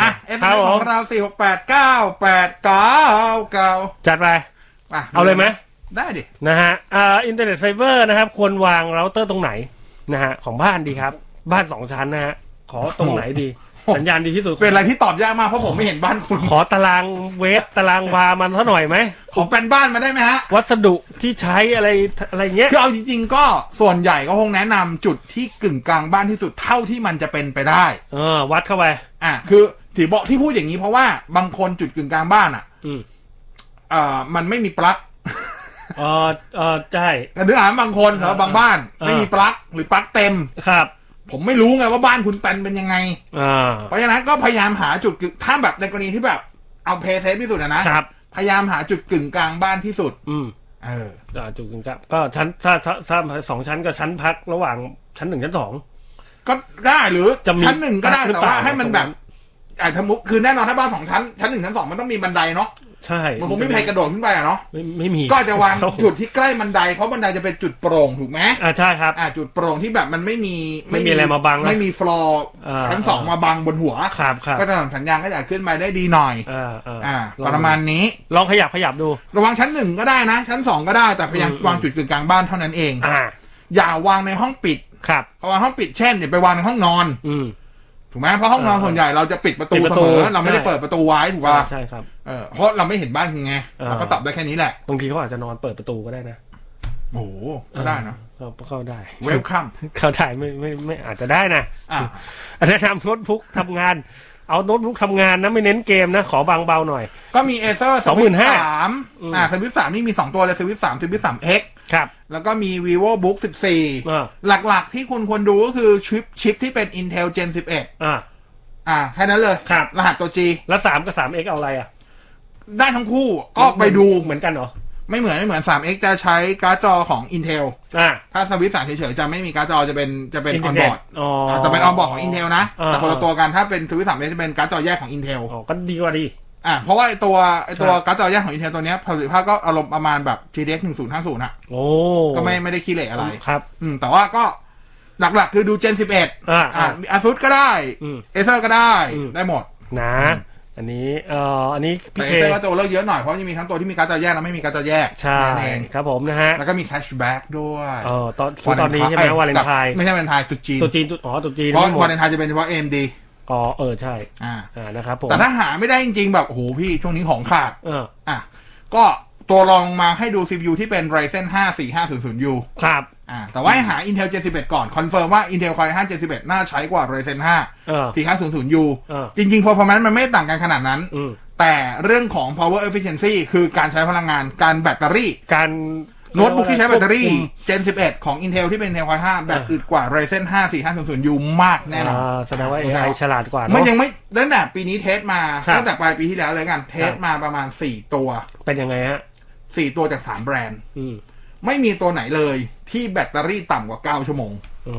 E: อ่ะเอส
D: ครับผม
E: ของเราสี่หกแปดเก้าแปดเก้าเก้า
D: จัดไป เอาเลยไหม
E: ได้ดิ
D: นะฮะอ่าอินเทอร์เน็ตไฟเบอร์นะครับ ควรวางเราเตอร์ตรงไหนนะฮะของบ้านดีครับ บ้านสองชั้นนะฮะขอตรงไหนดี
E: โอ้โห
D: สัญญาณดีที่สุด
E: เป็นอะไรที่ตอบยากมากเพราะผมไม่เห็นบ้านคุณ
D: ขอตารางเวทตารางวามันสักหน่อยไหม
E: ขอเป็นบ้านมาได้ไหมฮะ
D: วัสดุที่ใช้อะไรอะไรเงี้ย
E: คือเอาจริงๆก็ส่วนใหญ่ก็คงแนะนำจุดที่กึ่งกลางบ้านที่สุดเท่าที่มันจะเป็นไปได้
D: เออ วัดเข้าไป
E: อ่ะคือที่บอกที่พูดอย่างนี้เพราะว่าบางคนจุดกึ่งกลางบ้านอ่ะ
D: อืม
E: เอ่อมันไม่มีปลั๊ก
D: เออเออใช่
E: แต่เนื้อหาบางคนหรือว่าบางบ้าน
D: เออ
E: ไม่มีปลั๊กหรือปลั๊กเต็ม
D: ครับ
E: ผมไม่รู้ไงว่าบ้านคุณเป็นเป็นยังไง
D: อ่า
E: เพราะฉะนั้นก็พยายามหาจุดกึ่งถ้าแบบในกรณีที่แบบเอาเพย์เซฟที่สุดอะนะครับ พยายามหาจุดกึ่งกลางบ้านที่สุด
D: อืม
E: เออ
D: อ่าจุดกึ่งกลางก็ชั้นถ้าถ้าถ้าสองชั้นก็ชั้นพักระหว่างชั้นหนึ่งชั้นสอง
E: ก็ได้หรือ
D: จะมี
E: ชั้นหนึ่งก็ได้
D: หรือ
E: แต่
D: เปล่า
E: ว่าให้มันแบบอาจจะมุกคือแน่นอนถ้าบ้านสองชั้น ชั้นหนึ่งชั้นสองมันต้องมีบันไดเนาะ
D: ใช่
E: มันคงไม่มีใครกระโดดขึ้นไปอะเนาะ
D: ไม่ไม่มี
E: ก็อาจจะวาง
D: ครับผม
E: จุดที่ใกล้บันได เพราะบันไดจะเป็นจุดโปร่งถูกไหม
D: อ่าใช่ครับ
E: อ่าจุดโปร่งที่แบบมันไม่มี
D: ไม่มีอะไรมาบังนะ
E: ไม่มีฟลอร์
D: อ่า
E: ชั้นสอง
D: อ่าม
E: มาบังบนหัว
D: ครับครับ
E: ก็จะทำสัญญาณก็จะขึ้นไปได้ดีหน่อย
D: อ่าอ่า
E: อ่า ประมาณนี้
D: ลองขยับขยับดู
E: ระวังชั้นหนึ่งก็ได้นะ ชั้นสองก็ได้แต่พยายาม
D: อืม
E: วางจุดกึ่งกลางบ้านเท่านั้นเอง
D: อ่า
E: อย่าวางในห้องปิด
D: ครับ
E: เพราะว่าห้องปิดเช่นเดี๋ยวไปวางในห้องนอน
D: อืม
E: ถูกไหมเพราะห้องนอน
D: เออ
E: ส่วนใหญ่เราจะปิดประตู
D: ปิด
E: เส
D: ประตู
E: มอเราไม่ได้
D: ใช่
E: เปิดประตูไว้ถูกป่ะ
D: ใช่ครับ
E: เออเพราะเราไม่เห็นบ้านคุณไง
D: เออ
E: เราก็ตอบได้แค่นี้แหละ
D: บางทีเขาอาจจะนอนเปิดประตูก็ได้นะ
E: โอ้โหก็ได้เนอะ
D: เออเข้าได้
E: เวลคัม
D: เข้าได้ไม่ไม่ไม่อาจจะได้นะ
E: อ่ะ
D: แนะนำโน้ตบุ๊กทำงาน เอาโน้ตบุ๊กทำงานนะไม่เน้นเกมนะ ขอบางเบาหน่อย
E: ก็มีเอเซอร์สวิต
D: 25,000
E: สาม
D: อืม
E: อ่าสวิตสามนี่มีสองตัวเลยสวิตสามสวิตสามเอ็ก
D: ครับ
E: แล้วก็มี vivo book
D: อ่า
E: 14 หลักๆ ที่คุณควรดูก็คือชิปชิปที่เป็น intel gen 11
D: อ่า
E: อ่า แค่นั้นเลย
D: ครับ
E: รหัสตัว G
D: แล้วสามกับสามเอ็กเอาอะไรอ่ะ
E: ได้ทั้งคู่ ก็ไปดู
D: เหมือนกันเหรอ
E: ไม่เหมือนไม่เหมือน 3x จะใช้การ์ดจอของ Intel
D: อ่ะ
E: ถ้าสวิตช์สามเฉยๆจะไม่มีการ์ดจอจะเป็นจะเป็นออนบอร์
D: Integrate
E: ด
D: อ๋ออ
E: จะเป็นออนบอร์ดของ Intel นะ
D: อ่า
E: แต่คนละตัวกันถ้าเป็นสวิตช์สามเจะเป็นการ์ดจอแยกของ Intel
D: อ๋อก็ดีกว่าดี
E: อ่ะเพราะว่าไอตัวไอตัว
D: ใช่
E: การ์ดจอแยกของ Intel ตัวเนี้ยผลิตภาพก็อารมณ์ประมาณแบบ GTX 1050อ่ะ
D: โอ้
E: ก็ไม่ไม่ได้ขี้เหร่อะไร
D: ครับ
E: อืมแต่ว่าก็หลักๆ คือดู Gen 11
D: อ่า
E: อ่า
D: อ่า
E: อาซุก็ได้
D: อืม
E: เอเซอร์ก็ได้
D: อืม
E: ได้หมด
D: นะ อันนี้เอ่ออันนี้
E: แต่
D: พี่
E: เอ
D: เค
E: เซอร์ก็ตัวเลือกเยอะหน่อย เพราะยังมีทั้งตัวที่มีการ์ดจอแยกและไม่มีการ์ดจอแยก
D: ใช่
E: นั่นเอง
D: ครับผมนะฮะ
E: แล้วก็มีแคชแบ็กด้วย
D: เออตอนตอนนี้ใช่ไหมวาเลนไทน์
E: ไม่ใช่วาเลนไทน์ตุดจีน
D: ตัวจีนตัวอ๋อตัวจีน
E: เพราะ
D: ไม่หม
E: วา
D: ด
E: เลนไทน์จะเป็นเฉพาะ AMD
D: อ๋อเออใช่
E: อ่า
D: อ่านะครับผม
E: แต่ถ้าหาไม่ได้จริงๆ แบบ โอ้โหพี่ช่วงนี้ของขาด
D: เออ
E: อ่ะ ก็ตัวรองมาให้ดู CPU ที่เป็น Ryzen 5 4500U
D: ครับ
E: อ่า แต่ว่าให้หา Intel Gen 11 ก่อน คอนเฟิร์มว่า Intel Core i5 Gen 11 น่าใช้กว่า Ryzen 5
D: เออ
E: 4500U
D: เออ
E: จริงๆ performance มันไม่ได้ต่างกันขนาดนั้น
D: อืม
E: แต่เรื่องของ power efficiency คือการใช้พลังงานการแบตเตอรี่
D: การ
E: โน้ตบุ๊กที่ใช้แบตเตอรี่
D: ควบคุม
E: Gen 11 ของ Intel ที่เป็น Intel Core i5 แบตอึดกว่า Ryzen 5 4500U มากแน่นอน
D: อ่าแสดงว่า AI ฉลาดกว่าเน
E: มัน
D: อะ
E: ยังไม่ตั้งแต่ปีนี้เทสมา
D: ครับ
E: ตั้งแต่ปลายปีที่แล้วเลยกันเทสมาประมาณสี่ตัว
D: เป็นยังไงฮะ
E: สี่ตัวจากสามแบรนด์
D: อืม
E: ไม่มีตัวไหนเลยที่แบตเตอรี่ต่ำกว่าเก้าชั่วโมง
D: โอ้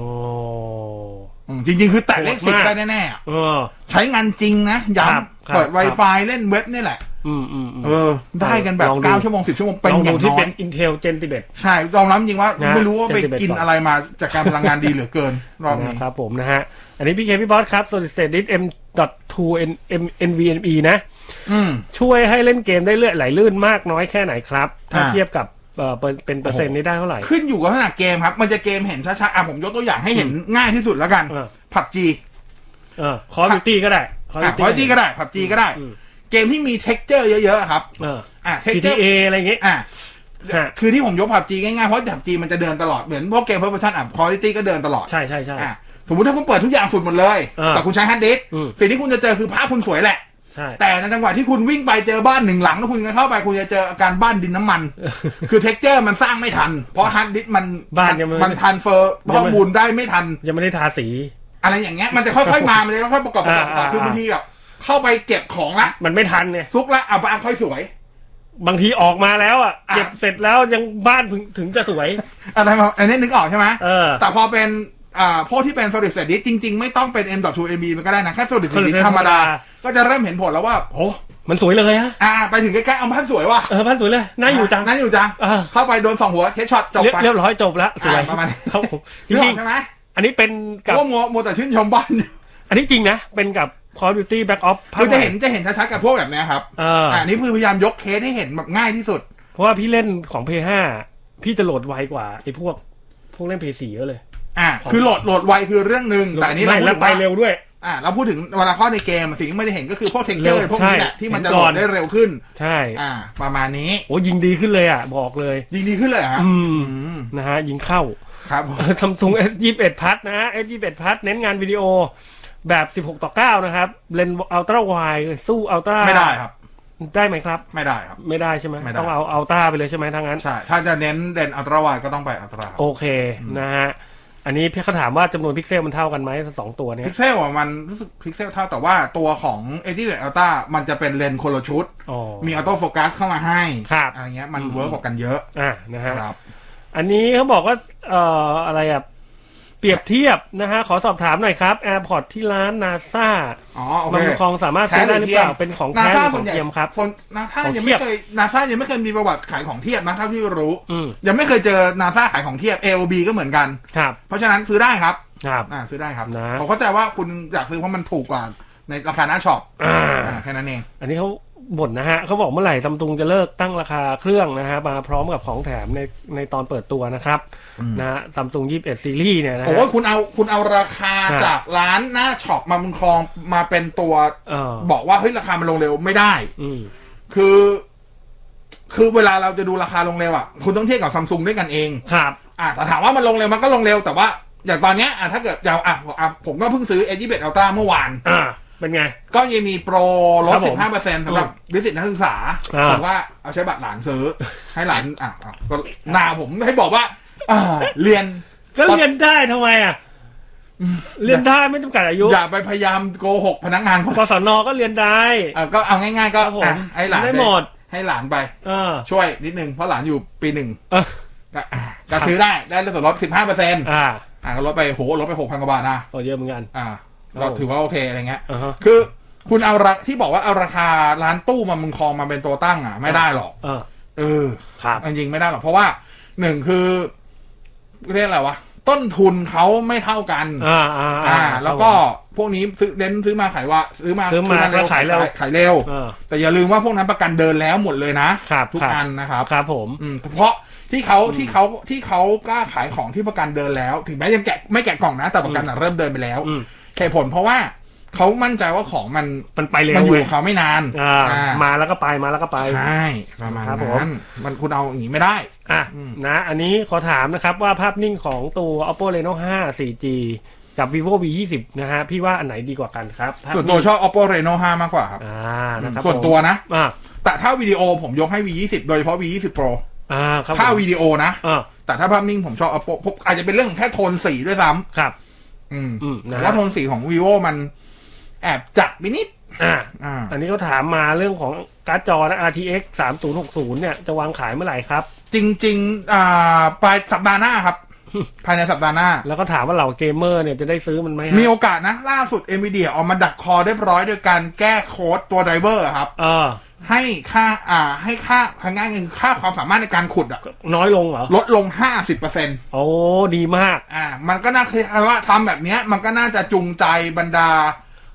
E: อืมจริง ๆ คือแตะเลข
D: โหด
E: สิบ
D: มาก
E: ได้แน่ๆอะ
D: เออ
E: ใช้งานจริงนะครับย้ำ
D: ครับ
E: เปิด
D: ครับ
E: Wi-Fi เล่นเว็บนี่แหละ
D: อืมอืมอืม
E: เออ ได้กันแบบ
D: ลองดู
E: เก้าชั่วโมงสิบชั่วโมงเป็นอ
D: ลดู
E: ย่าง
D: ที่
E: น้อ
D: เป็
E: ย
D: น Intel Gen 11
E: ใช่ยอมรับจริงว่า
D: นะ
E: ไม่รู้ว่าไป
D: 71
E: กิน
D: ก่อน
E: อะไรมาจากการพลังงานดีเหลือเกินรอบนี้
D: นะครับผมนะฮะ อันนี้พี่เคพี่บอสครับ Solid State Disk M.2 N M NVMe นะ
E: อืม
D: ช่วยให้เล่นเกมได้เลื่อยไหลลื่นมากน้อยแค่ไหนครับ ถ้า
E: อ่า
D: เทียบกับเอ่อเปอร์เป็นเปอร์เซ็นต์นี้ได้เท่าไหร่
E: ขึ้นอยู่กับขนาดเกมครับ มันจะเกมเห็นช้าๆอ่ะผมยกตัวอย่างให้เห็นง่ายที่สุดแล้วกัน
D: เออ
E: ผับจี
D: เออคอร์ดิตี้ก็ได้ Call
E: อ่ะ
D: of
E: พอยตี้ก็ได้ผับจีก็ได้
D: อืม
E: เกมที่มีเท็กเจอร์เยอะๆครับ
D: เออ
E: อ่ะเท็กเจอร์
D: GTA อะไรอย่างเงี้ย
E: อ่ะ
D: ฮะ
E: คือที่ผมยกผับจีง่ายๆ เพราะผับจีมันจะเดินตลอด เหมือนพวกเกมเพิร์ s ชันอ่ะพอยตี้ก็เดินตลอด
D: ใช่ใช่ใช่
E: อ่ะสมมติถ้าคุณเปิดทุกอย่างสุดหมดเลย
D: อ่า
E: แต่คุณใช้ฮาร์ดดิสก์
D: อืม
E: สิ่งที่คุณจะเจอคือภาพคุณสวยแหละ
D: ใช่
E: แต่ในจังหวะที่คุณวิ่งไปเจอบ้านหนึ่งหลัง แล้วคุณจะเข้าไปคุณจะเจออาการบ้านดินน้ำมัน คือเท็กเจอร์มันสร้างไม่ทัน เพราะฮาร์ดดิสก์มัน
D: บ้านยังไม่
E: มันทันเฟอร์ข้อมูลได้ไม่ทัน
D: ยังไม่ได้ทาสี
E: อะไรอย่างเงี้ยมันจะค่อยๆมามันจะค่อยๆประกอบประกอบประกอบ
D: อ่า
E: คือบางทีแบบเข้าไปเก็บของละ
D: มันไม่ทันไง
E: ซุกละอ่ะบ้านค่อยสวย
D: บางทีออกมาแล้วอ่ะ
E: อ่ะ
D: เก็บเสร็จแล้วยังบ้านถึงถึงจะสวย
E: อะไรมาอันนี้นึกออกใช่ไหม
D: เออ
E: แต่พอเป็นอ่าพวกที่เป็น solid state disk จริง ๆ ไม่ต้องเป็น M.2 MB มันก็ได้นะ แค่ solid state
D: solid
E: disk
D: state
E: ธรรมดา
D: ธรรมดา
E: ก็จะเริ่มเห็นผลแล้วว่า โอ้
D: มันสวยเลยฮะ
E: อ่า ไปถึงใกล้ๆเอาบ้านสวยว่ะ
D: เออบ้านสวยเลยน่าอยู่จัง
E: น่าอยู่จัง
D: อ่า
E: เข้าไปโดนสองหัวเทสช็อตจบ
D: เรียบ
E: ไป
D: เรียบร้อยจบแล้วสวย
E: อ่ะประมาณนี้
D: ครับผมจ
E: นึกอ
D: ริ
E: อง กใช่ไหม
D: ๆ อันนี้เป็นกับ
E: ว่ามัวมัวแต่ชื่นชมบ้าน
D: อันนี้จริงนะ เป็นกับ Call of Duty Black Ops ภาค
E: คือจะ
D: ใม่
E: เห็นจะเห็นชัดๆกับพวกแบบเนี้ยครับ
D: เอออ
E: อ่านี่คือพยายามยกเคสให้เห็นแบบง่ายที่สุด
D: เพราะว่าพี่เล่นของ p 5พี่จะโหลดไวกว่าไอ้พวก พวกเล่น p 4เยอะเลย
E: อ่า คือโหลดโหลดไวคือเรื่องหนึ่งแต่อันนี้
D: ไม่
E: เราพูด
D: แล้ว
E: ถึงว่า
D: ไปเร็วด้วย
E: อ่าเราพูดถึงเวลาเข้าในเกมสิ่งที่มันจะเห็นก็คือพวกเทคเจอ
D: เร็
E: ร์
D: ว
E: พวกนี้แหละ
D: ใช่
E: ที่มันจะ
D: เห็
E: โหล
D: นก่อ
E: ด
D: น
E: ได้เร็วขึ้น
D: ใช่
E: อ่า ประมาณนี้
D: โอ้ยิงดีขึ้นเลยอ่ะ บอกเลย
E: ยิงดีขึ้นเลยเหรอฮะ
D: อืม
E: อืม
D: นะฮะ ยิงเข้า
E: ครับผม
D: ซัมซุง S ยี่สิบเอ็ดพัทนะฮะ S ยี่สิบเอ็ดพัทเน้นงานวิดีโอแบบ 16 ต่อ 9 นะครับ เลนอัลตร้าไวสู้อัลตร้า
E: ไม่ได้ครับ
D: ได้ไหมครับ
E: ไม่ได้ครับ
D: ไม่ได้ใช่ไหม
E: ไม่ได้
D: ต้องเอาอัลตร้าไปเลยใช่ไหมทั้างนั้น
E: ใช่ถ้าจะเน้นเด่นอัลตราไวก็ต้องไปอัลตรา
D: โอเค นะฮะ อันนี้พี่เขาถามว่าจำนวนพิกเซลมันเท่ากันไหมสองตัวเนี้
E: พิ
D: ย
E: กเซลอะมันรู้สึกพิกเซลเท่าแต่ว่าตัวของเอที่เด่นอัลตรามันจะเป็นเลนส์คนละชุด
D: อ๋อ
E: มีออโต้โฟกัสเข้ามาให้
D: ครับ
E: อะไรเงี้ยมันเวิร์กกว่ากันเยอะ
D: อ่ะนะฮะ
E: ครับ
D: อันนี้เขาบอกว่า เอ่อ อะไรอ่ะ เปรียบเทียบนะฮะ ขอสอบถามหน่อยครับ แอร์พอร์ตที่ร้านนาซา
E: อ๋อโอเค
D: ลำคลองสามารถซื้อได้หรือเปล่า เป็นของ
E: นา
D: แท้หรื
E: ซาส่
D: อขอ
E: วน
D: ง
E: ใหญ่
D: เทียมครับ
E: คนนาซายัง
D: ของเที
E: ไม่
D: ยบ
E: เคยนาซายังไม่เคยมีประวัติขายของเทียบนะเท่าที่รู้
D: อืม
E: ยังไม่เคยเจอนาซาขายของเทียบ AOB ก็เหมือนกัน
D: ครับ
E: เพราะฉะนั้นซื้อได้ครับ
D: ครับ
E: อ่าซื้อได้ครับ
D: นะ
E: ผมเข้าใจว่าคุณอยากซื้อเพราะมันถูกกว่าในราคาหน้าช็อป
D: อ่า
E: อ่าแค่นั้นเอง
D: อันนี้เขาบ่นนะฮะเขาบอกเมื่อไหร่ซัมซุงจะเลิกตั้งราคาเครื่องนะฮะมาพร้อมกับของแถมในในตอนเปิดตัวนะครับนะฮะซัมซุงยี่สิบเอ็ดซีรีส์เนี่ยนะ
E: โอ้
D: ฮะ
E: ยคุณเอาคุณเอาราคา
D: อ่า
E: จากร้านหน้าช็อปมามุนคลองมาเป็นตัว
D: เออ
E: บอกว่าเฮ้ยราคามันลงเร็วไม่ได้
D: อืม
E: คือ คือเวลาเราจะดูราคาลงเร็วอ่ะคุณต้องเทียบกับซัมซุงด้วยกันเอง
D: ครับ
E: อ่าแต่ถามว่ามันลงเร็วมันก็ลงเร็วแต่ว่าอย่างตอนเนี้ยอ่ะถ้าเกิดอย่างอ่ะผมอ่ะผมก็เพิ่งซื้อ A21 Ultra เมื่อวาน
D: อ่า เป็นไง
E: ก็ยังมีโปรล
D: ครั
E: ด
D: บผม
E: 15%สำหรับนิสิตนักศึกษา
D: อ่า
E: ผมว่าเอาใช้บัตรหลานซื้อ ให้หลานอ่ะอ่ะก็หนาผมให้บอกว่าอ่า เรียน
D: ก็เรียนได้ทำไมอ่ะ เรียนได้ไม่จำกัดอายุ
E: อย่าไปพยายามโกหกพนักงานเขา
D: กศนก็เรียนได้
E: อ่ะก็เอาง่ายๆก็
D: ครับผม
E: อ่ะให้หลาน
D: ได้หมด
E: ให้หลานไป
D: เออ
E: ช่วยนิดนึง เพราะหลานอยู่ปีหนึ่ง
D: เออ
E: ก็อ่ะก็ซื้อได้ได้ส่วนลดสิบห้าเปอร์เซ็นต์
D: อ่า
E: อ่าก็ลดไปโหลดไปหกพันกว่าบาทนะ
D: โอ้เยอะเหมือนกัน
E: อ่าเราถือว่าโอเคอะไรเงี้ย
D: อ่าฮะ
E: คือคุณเอาราที่บอกว่าเอาราคาร้านตู้มามึงคลองมาเป็นตัวตั้งอ่ะ ไม่ได้หรอก
D: เออ
E: เออ
D: ครับ
E: จริงๆไม่ได้หรอกเพราะว่าหนึ่งคือเรียกอะไรวะต้นทุนเขาไม่เท่ากัน
D: อ่าอ่า
E: อ่า
D: อ่า
E: แล้วก็พวกนี้ซื้อเน้นซื้อมาขายว่า ซื้อมา
D: ซื้อมาแล้วขายเร็ว
E: ขายเร็ว
D: เออ
E: แต่อย่าลืมว่าพวกนั้นประกันเดินแล้วหมดเลยนะครับ ทุก
D: ครับ
E: อันนะครับ
D: ครับผม
E: อืมเพราะที่เขาที่เขาที่เขากล้าขายของที่ประกันเดินแล้ว ถึงแม้ยังแกะไม่แกะกล่องนะ แต่ประกันอะเริ่มเดินไปแล้ว
D: อืม
E: เหตุผลเพราะว่าเขามั่นใจว่าของมัน
D: มันไปเร็ว
E: มันอยู่
D: เว้ย
E: กับเขาไม่นาน
D: อ่า
E: อ่าม
D: มาแล้วก็ไปมาแล้วก็ไป
E: ใช่ประมาณ
D: ครับผม
E: นั้นมันคุณเอาอย่างนี้ไม่ได้
D: อ่ะ
E: อืม
D: นะอันนี้ขอถามนะครับว่าภาพนิ่งของตัว oppo reno 5 4g กับ vivo v 2 0นะฮะพี่ว่าอันไหนดีกว่ากันครับภาพ
E: ส่วนตัวชอบ oppo reno 5 มากกว่าครับ
D: อ่านะครับ
E: ส่วน
D: ผม
E: ตัวนะ
D: อ่า
E: แต่ถ้าวิดีโอผมยกให้ v 2 0โดยเฉพาะ v 2 0 pro
D: อ่าครับ
E: ถ้า
D: ผม
E: วิดีโอนะ
D: อ่า
E: แต่ถ้าภาพนิ่งผมชอบ oppo ผมอาจจะเป็นเรื่องของแค่โทนสีด้วยซ้
D: ครับ
E: ำอืม
D: อืมนะ
E: แต่ว่าโทนสีของ vivo มันแอบจัดไปนิด
D: อ่า
E: อ่า
D: อันนี้ก็ถามมาเรื่องของการ์ดจอนะ RTX 3060 เนี่ยจะวางขายเมื่อไหร่ครับ
E: จริงๆอ่าปลายสัปดาห์หน้า ครับ ภายในสัปดาห์หน้า
D: แล้วก็ถามว่าเหล่าเกมเมอร์เนี่ยจะได้ซื้อมันไหมฮะ
E: มีโอกาสนะ ล่าสุด NVIDIA ออกมาดักคอเรียบร้อยโดยการแก้โค้ดตัวไดรเวอร์ครับ
D: เออ
E: ให้ค่าอ่าให้ค่าทางง่ายเงินค่าความสามารถในการขุด อะ
D: น้อยลงเหรอ
E: ลดลง 50%อ
D: โอ้ดีมาก
E: ่า มันก็น่าคือว่าทำแบบเนี้ย มันก็น่าจะจูงใจบรรดา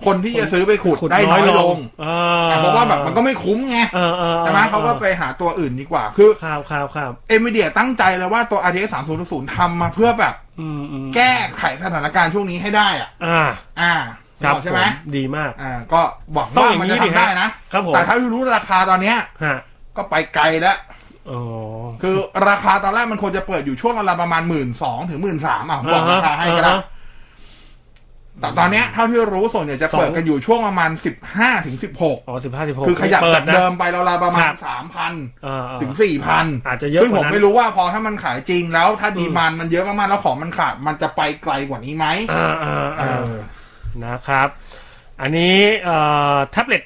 E: คนที่จะซื้อไปขุดได้น้อยลง
D: เออ
E: อ่าเพราะว่าแบบมันก็ไม่คุ้มไง
D: เออเออออ
E: ใช่ไหมเขาก็ไปหาตัวอื่นดีกว่า คือ
D: ครับครับครับ
E: NVIDIA ตั้งใจเลยว่าตัว RTX 3060ทำมาเพื่อแบบ
D: อืมอืม
E: แก้ไขสถานการณ์ช่วงนี้ให้ได้อ่ะ
D: อ่า
E: อ่า
D: ครับ
E: บอกใช่ไหม
D: ผดีมาก
E: อ่า ก็หวัง
D: ต้อง
E: ว่า
D: อย่าง
E: มัน
D: นี้
E: จะ
D: ดิ
E: ทำได้นะ
D: ครับผม
E: แต่ถ้ารู้ราคาตอนเนี้ย
D: ฮะ
E: ก็ไปไกลแล้ว
D: อ๋อ
E: คือราคาตอนแรกมันควรจะเปิดอยู่ช่วงละประมาณหมื่นสองถึงหมื่นสามอ่ะผมบอกราคาให้ก็ได้ แต่ตอนเนี้ยเท่าที่รู้ส่วนใหญ่จะเปิด
D: สอง
E: กันอยู่ช่วงประมาณสิบห้าถึงสิบหก
D: อ๋อสิบห้าสิบหก
E: คือขยับจากเดิ
D: นะ
E: มไปราวๆประมา
D: ค
E: ณ
D: รับ
E: สามพัน
D: เออเออ
E: ถึงสี่พัน
D: อาจจะเยอะ
E: ซึ่ง
D: ก
E: ผ
D: ว่าม นั้น
E: ไม่รู้ว่าพอถ้ามันขายจริงแล้วถ้า
D: อืม
E: ดีมานมันเยอะมากๆแล้วของมันขาดมันจะไปไกลกว่านี้ไหม
D: อ่าอ่า
E: เอ
D: อ่า
E: อ
D: นะครับ อันนี้เอ่อแท็บเล็ต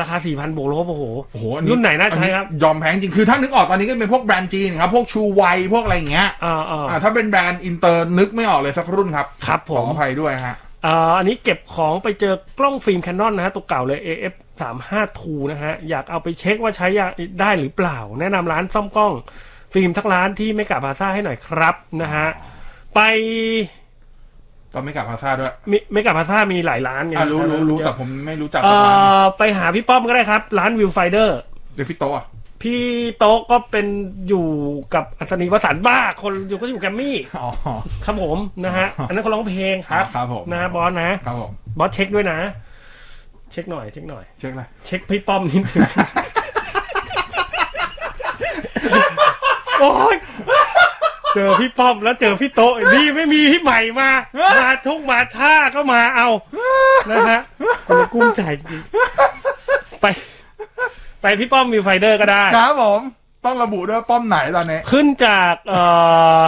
D: ราคาสี่พันบวกลบโอ้โห
E: โอ้โห
D: รุ่นไหนน่าใช้ครับ
E: อันนี้ยอมแพงจริง คือถ้านึกออกตอนนี้ก็เป็นพวกแบรนด์จีนครับ พวกชูไว พวกอะไรอย่างเงี้ย
D: อ่าอ่า
E: อ่า ถ้าเป็นแบรนด์อินเตอร์นึกไม่ออกเลยสักรุ่นครับ
D: ครับ
E: ข
D: ผ
E: อ
D: ม
E: อภัยด้วยฮะ
D: เอ่ออันนี้เก็บของไปเจอกล้องฟิล์มแคนนอนนะฮะ ตัวเก่าเลย AF 3 5 2นะฮะ อยากเอาไปเช็คว่าใช้ได้หรือเปล่า แนะนำร้านซ่อมกล้อง ฟิล์มทักร้านที่ไม่กลับพาซ่าให้หน่อยครับนะฮะ ไป
E: ก็ไม่กลับพาซาด้วย
D: มิไม่กลับพาซ่ามีหลายร้านไง
E: อ่ะรู้รู้รู้
D: เยอะ
E: แต่ผมไม่รู้จัก
D: เอ่
E: สักร้าน
D: อไปหาพี่ป้อมก็ได้ครับ ร้านวิวไฟเดอร์
E: เดี๋ยวพี่โตะอ่ะ
D: พี่โต๊ะก็เป็นอยู่กับอัศนีวสันต์บ้า คนอยู่ก็อยู่แกรมมี่
E: อ๋อ
D: ครับผมนะฮะ อันนั้นเขาร้องเพลงครับ
E: ครับผม
D: นะฮะบอสนะ
E: ครับผม
D: บอสเช็คด้วยนะ เช็คหน่อยเช็คหน่อย
E: เช็คเลย
D: เช็คพี่ป้อมนิดนึงโอ้ยเจอพี่ป้อมแล้วเจอพี่โต๊ะดีไม่มีพี่ใหม่มา มาทุกมาท่าก็มาเอานะฮะคนละกุ้มใจจริงไป ไปพี่ป้อมมีไฟเดอร์ก็ได้
E: ครับผมต้องระบุด้วยป้อมไหนตอนนี้
D: ขึ้นจากเอ่อ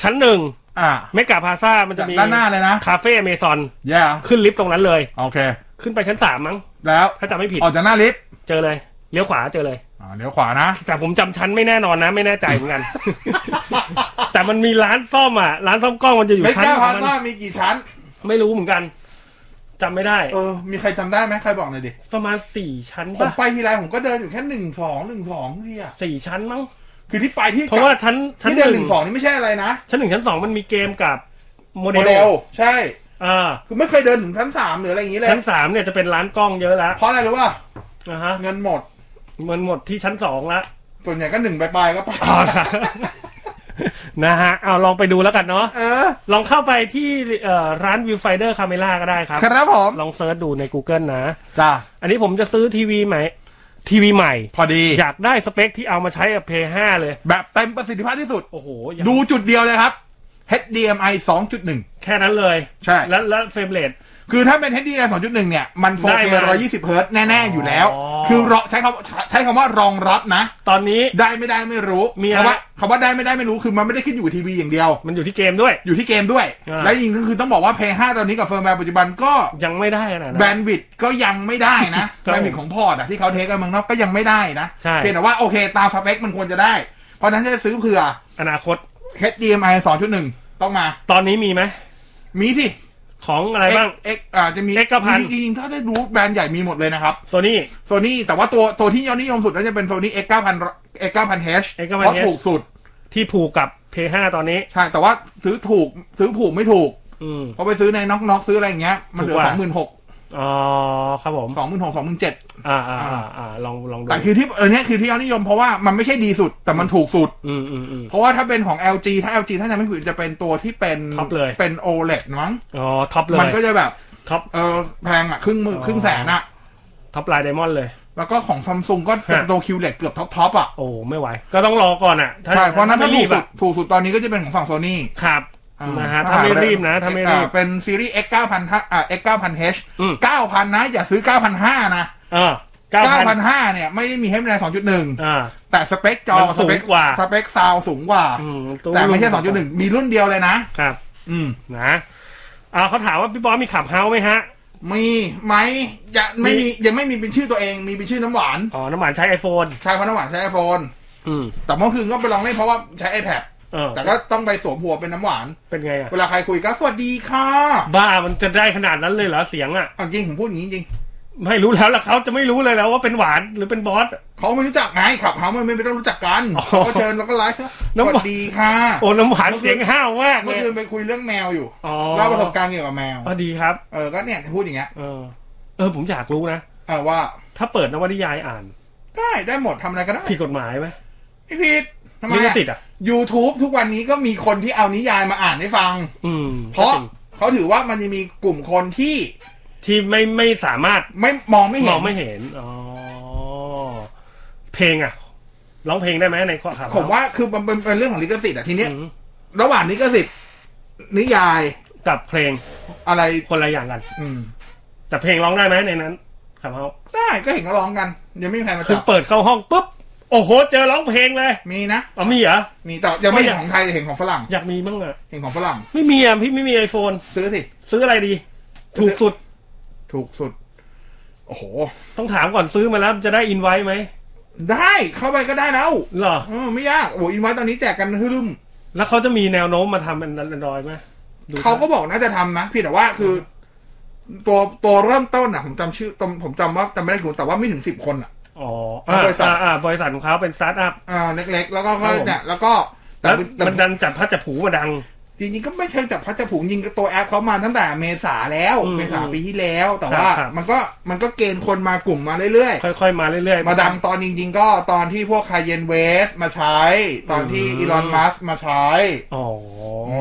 D: ชั้นหนึ่ง
E: อ่า
D: เมกาพาซ่ามันจะมี
E: ด้านหน้าเลยนะ
D: คาเฟ่อเมซอน
E: แย่
D: ขึ้นลิฟต์ตรงนั้นเลย
E: โอเค
D: ขึ้นไปชั้นสามมั้ง
E: แล้ว
D: ถ้าจำไม่ผิด
E: ออกจากหน้าลิฟต์
D: เจอเลยเลี้ยวขวาเจอเลย
E: อ่าเดี๋ยวขวานะ
D: แต่ผมจำชั้นไม่แน่นอนนะ ไม่แน่ใจเหมือนกัน แต่มันมีร้านซ่อมอ่ะ ร้านซ่อมกล้องมันจะอยู่
E: เม
D: ชั้น
E: กา
D: ของ
E: พา
D: มัน
E: ซามีกี่ชั้น
D: ไม่รู้เหมือนกันจำไม่ได้
E: เออ มีใครจำได้ไหมใครบอกหน่อยดิ
D: ประมาณสี่ชั้น
E: ผม
D: ป่ะ
E: ไปทีไรผมก็เดินอยู่แค่หนึ่งสองหนึ่งสองที่อ่ะ
D: สี่ชั้นมั้ง
E: คือที่ไปที่
D: เพราะว่าชั้นชั้น
E: ที่
D: ห
E: เดินห
D: นึ่
E: นึ่
D: ง
E: งสองนี่ไม่ใช่อะไรนะ
D: ชั้นหนึ่งชั้นสองมันมีเกมกับโม
E: โมเด
D: เด
E: ล
D: ล
E: ใช่
D: อ่า
E: คือไม่เคยเดินถึงชั้นสามหรืออะไรอย่างนี้เลย
D: ชั้นสามเนี่ยจะเป็นร้านกล้องเยอะละ
E: เพราะอะไรรู้ป่ะ
D: นะฮะ
E: เงินหมด
D: มันหมดที่ชั้นสองละ
E: ส่วนใหญ่ก็หนึ่งปลายๆก็ไป
D: อ๋อครับ นะฮะ เอาลองไปดูแล้วกันเนาะ
E: เออ
D: ลองเข้าไปที่เอ่อร้านวิวไฟเดอร์คาเมล่าก็ได้ครับ
E: ครับผม
D: ลองเซิร์ชดูใน Google นะ
E: จ้า
D: อันนี้ผมจะซื้อทีวีใหม่ ทีวีใหม่
E: พอดี
D: อยากได้สเปคที่เอามาใช้กับ Play 5เลย
E: แบบเต็มประสิทธิภาพที่สุด
D: โอ้โหอย่าง
E: ดูจุดเดียวเลยครับ HDMI 2.1
D: แค่นั้นเลย
E: ใช่
D: แล้วแล้วเฟรมเรท
E: คือถ้าเป็น HDR 2.1 เนี่ย มัน 4K
D: ได้มา
E: 120 เฮิร์ตซ์แน่ ๆ อยู่แล้ว
D: อ๋อ
E: คือเราใช้คำใช้คำว่ารองรับนะ
D: ตอนนี้
E: ได้ไม่ได้ไม่รู้
D: มีอะ
E: คำ
D: ไร
E: ว่าคำว่าได้ไม่ได้ไม่รู้คือมันไม่ได้ขึ้นอยู่กับทีวีอย่างเดียว
D: มันอยู่ที่เกมด้วย
E: อยู่ที่เกมด้วย
D: อ่า
E: และยิงก็คือต้องบอกว่า Play 5 ตอนนี้กับเฟิร์มแวร์ปัจจุบันก็
D: ยังไม่ได้ขนาด
E: แบ
D: นั้น
E: นด์วิดต์ก็ยังไม่ได้ นะครับ แบนด์วิดต์ของพอร์ตอะที่เขาเทคกันเมืองนอกก็ยังไม่ได้นะ
D: ใช่
E: เพียงแต่ว่าโอเคตามสเปคมันควรจะได้ เพราะฉะนั้นจะซื้อเผื่อ
D: อนาคต
E: HDMI 2.1 ต้องมา
D: ตอนนี้มีไหม
E: มีสิ
D: ของอะไร
E: X
D: บ้าง
E: X อ่าจะมี
D: X ก็พัน
E: จริงๆจริงๆถ้าได้รู้แบรนด์ใหญ่มีหมดเลยนะครับ
D: โซนี่
E: โซนี่แต่ว่าตัวตัวที่ยอดนิยมสุดน่าจะเป็นโซนี่ X 9000 X 9000 H
D: X 9000 H
E: เพราะถูกสุด
D: ที่ผูกกับ P5 ตอนนี้
E: ใช่ แต่ว่าซื้อถูกซื้อผูกไม่ถูก
D: อืม
E: เพราะไปซื้อในน็อกน็อกซื้ออะไรอย่างเงี้ย มันเหลื
D: ถู
E: อก
D: กว่า
E: สองหมื่นหก
D: อ๋อครับผม
E: สองหมื่นหกสองหมื่นเจ็ด
D: อ่าอ่าอ่าอ่าลองลองดู
E: แต่คือที่เออเนี้ยคือที่ยอดนิยมเพราะว่ามันไม่ใช่ดีสุดแต่มันถูกสุด
D: อืมอืมอืม
E: เพราะว่าถ้าเป็นของ LG ถ้า LG ถ้าจำไม่ผิดจะเป็นตัวที่เป็น
D: ท็อปเลย
E: เป็น OLED มั้ง
D: อ๋อท็อปเลย
E: มันก็จะแบบ
D: ท็อป
E: เออแพงอ่ะครึ่งหมือ
D: อ๋อ
E: ครึ่งแสนอ่ะ
D: ท็อปไลน์ไดมอนด์เลย
E: แล้วก็ของซัมซุงก็เป็น
D: ฮะ
E: ตัว QLED เกือบท็อปท็อปอ่ะ
D: โอ้ไม่ไหว ก็ต้องรอก่อนอ่ะ
E: ใช่เพราะฉะนั้นถ้าถู
D: รี
E: ก
D: บ
E: สุ
D: อะ
E: ดถูกสุดตอนนี้ก็จะเป็นของฝั่งโซนี่
D: ครับ
E: อ่า
D: นะฮะถ้าไม่รีบนะถ้าไม่รี
E: อ่
D: บ
E: เป็นซีรีส์ X 9000ถ้าอ่า X 9000 H
D: อืม
E: 9000 นะ อย่าซื้อ 9,500 นะ
D: เออเก้าพัน
E: 9,500 เนี่ย ไม่ได้มี HDMI 2.1
D: อ่า
E: แต่สเปคจอ
D: มันสู
E: ส
D: ง
E: เปค
D: กว่า
E: สเปคซาวสูงกว่า
D: อื
E: แต่ไม่ใช่ 2.1 มีรุ่นเดียวเลยนะ
D: ครับ
E: อืม
D: นะอ่าเขาถามว่าพี่บอสมีขับเฮาส์ไหมฮะ
E: มีไหมยังไม่
D: มี
E: มียังไม่มีเป็นชื่อตัวเองมีเป็นชื่อน้ำหวาน
D: อ๋อน้ำหวานใช้ iPhone
E: ใช้เพราะน้ำหวานใช้ iPhone
D: อืม
E: แต่เมื่อคืนก็ไปลองเล่นเพราะว่าใช้ iPad
D: เออ
E: แต่ก็ต้องไปสวมหัวเป็นน้ำหวาน
D: เป็นไงอ่ะ
E: เวลาใครคุยก็สวัสดีค่ะ
D: บ้ามันจะได้ขนาดนั้นเลยเหรอเสียงอ่ะ
E: เอาจริงผมพูดอย่างนี้จริง
D: ไม่รู้แล้วล่ะเขาจะไม่รู้เลยแล้วว่าเป็นหวานหรือเป็นบอส
E: เขาไม่รู้จักไงขับเฮาไม่ไม่ต้องรู้จักกัน
D: อ๋อ
E: เขาก็เชิญแล้วก็ไลฟ์ซะส
D: น้ำ
E: วั
D: หวาน
E: สดีค่ะ
D: โอ้น้ำหวานเสียงห้าวมากเล
E: เมื่อยคืนไปคุยเรื่องแมวอยู่
D: อ๋อ
E: เล่าประสบการณ์เกี่ยวกับแมว
D: พอดีครับ
E: เออก็เนี่ยพูดอย่างเงี้ย
D: เออ เออผมอยากรู้นะ
E: เออว่า
D: ถ้าเปิดนวนิยายอ่าน
E: ได้ได้หมดทำอะไรก็ได้
D: ผิดกฎหมายไหม
E: พี่พีททำไม
D: ลิข
E: อะ
D: สิทธิ์อ่ะ
E: YouTube ทุกวันนี้ก็มีคนที่เอานิยายมาอ่านให้ฟัง
D: อืม
E: เพราะเขาถือว่ามันจะมีกลุ่มคนที่
D: ที่ไม่ไม่สามารถ
E: ไม่มองไม่
D: ม
E: เห็
D: อง
E: น
D: ไม่เห็นอ๋อเพลงอ่ะร้องเพลงได้ไหมในข้อข่าว
E: ผมว่าคือมันเป็นเป็นเรื่องของลิขสิทธิ์อะทีเนี้ย
D: อืม
E: ระหว่างลิขสิทธิ์นิยาย
D: กับเพลง
E: อะไร
D: คนละอย่างกัน
E: อืม
D: แต่เพลงร้องได้ไหมในนั้นครับเขา
E: ได้ก็เห็นก็ร้องกันยังไม่มีใครมา
D: คื
E: จั
D: อบ เปิดเข้าห้องปุ๊บโอ้โหเจอร้องเพลงเลย
E: มีนะ
D: เอามีเหรอ
E: นี่แต่ยังไม่
D: ไม่อ
E: เห็
D: ยาน ก
E: ของไทยเห็นของฝรั่ง
D: อยากมีบ้างอ่ะ
E: เห็นของฝรั่ง
D: ไม่มีอ่ะพี่ไม่มีไอโฟน
E: ซื้อสิ
D: ซื้ออะไรดี ถูกสุด
E: ถูกสุด โอ้โห
D: ต้องถามก่อนซื้อมาแล้วจะได้อินไว้ไหม
E: ได้เข้าไปก็ได้แล้ว
D: เหรอ
E: เออไม่ยากโอ้อินไว้ตอนนี้แจกกันฮึ่ม
D: แล้วเขาจะมีแนวโน้มมาทำเป็นแอนดรอยไหมดู
E: เขาก็บอกน่าจะทำนะเพี่แต่ว่าคืออตัวตัวเริ่มต้นอ่ะ ผมจำชื่อตผมจำว่าจำไม่ได้คุณแต่ว่าไม่ถึงสิบคนอ่ะ
D: อ๋ออ่า
E: บริษัท
D: อ่าอ่าบริษัทของเขาเป็นสตาร์ทอัพ
E: อ่าเล็กๆ แล้วก็
D: ครับผม
E: เนี่ยแล้วก็แต่
D: แล้ว
E: แต่
D: มันดันจับพัดจับผูมาดัง
E: จริงๆก็ไม่เชิงจับพัดจับผูงยิงตัวแอปเขามาตั้งแต่เมษาแล้ว
D: อืม
E: เมษาปีที่แล้ว แต่
D: ครับ
E: ว่า
D: ครับ
E: มันก็มันก็เกณฑ์คนมากลุ่มมาเรื่อยๆ
D: ค่อยๆมาเรื่อยๆ
E: มาดังตอนจริง ๆ ก็ตอนที่พวกคาเยนเวสมาใช้ ตอนที่
D: อืม
E: อีลอนมัสก์มาใช้
D: อ๋ออ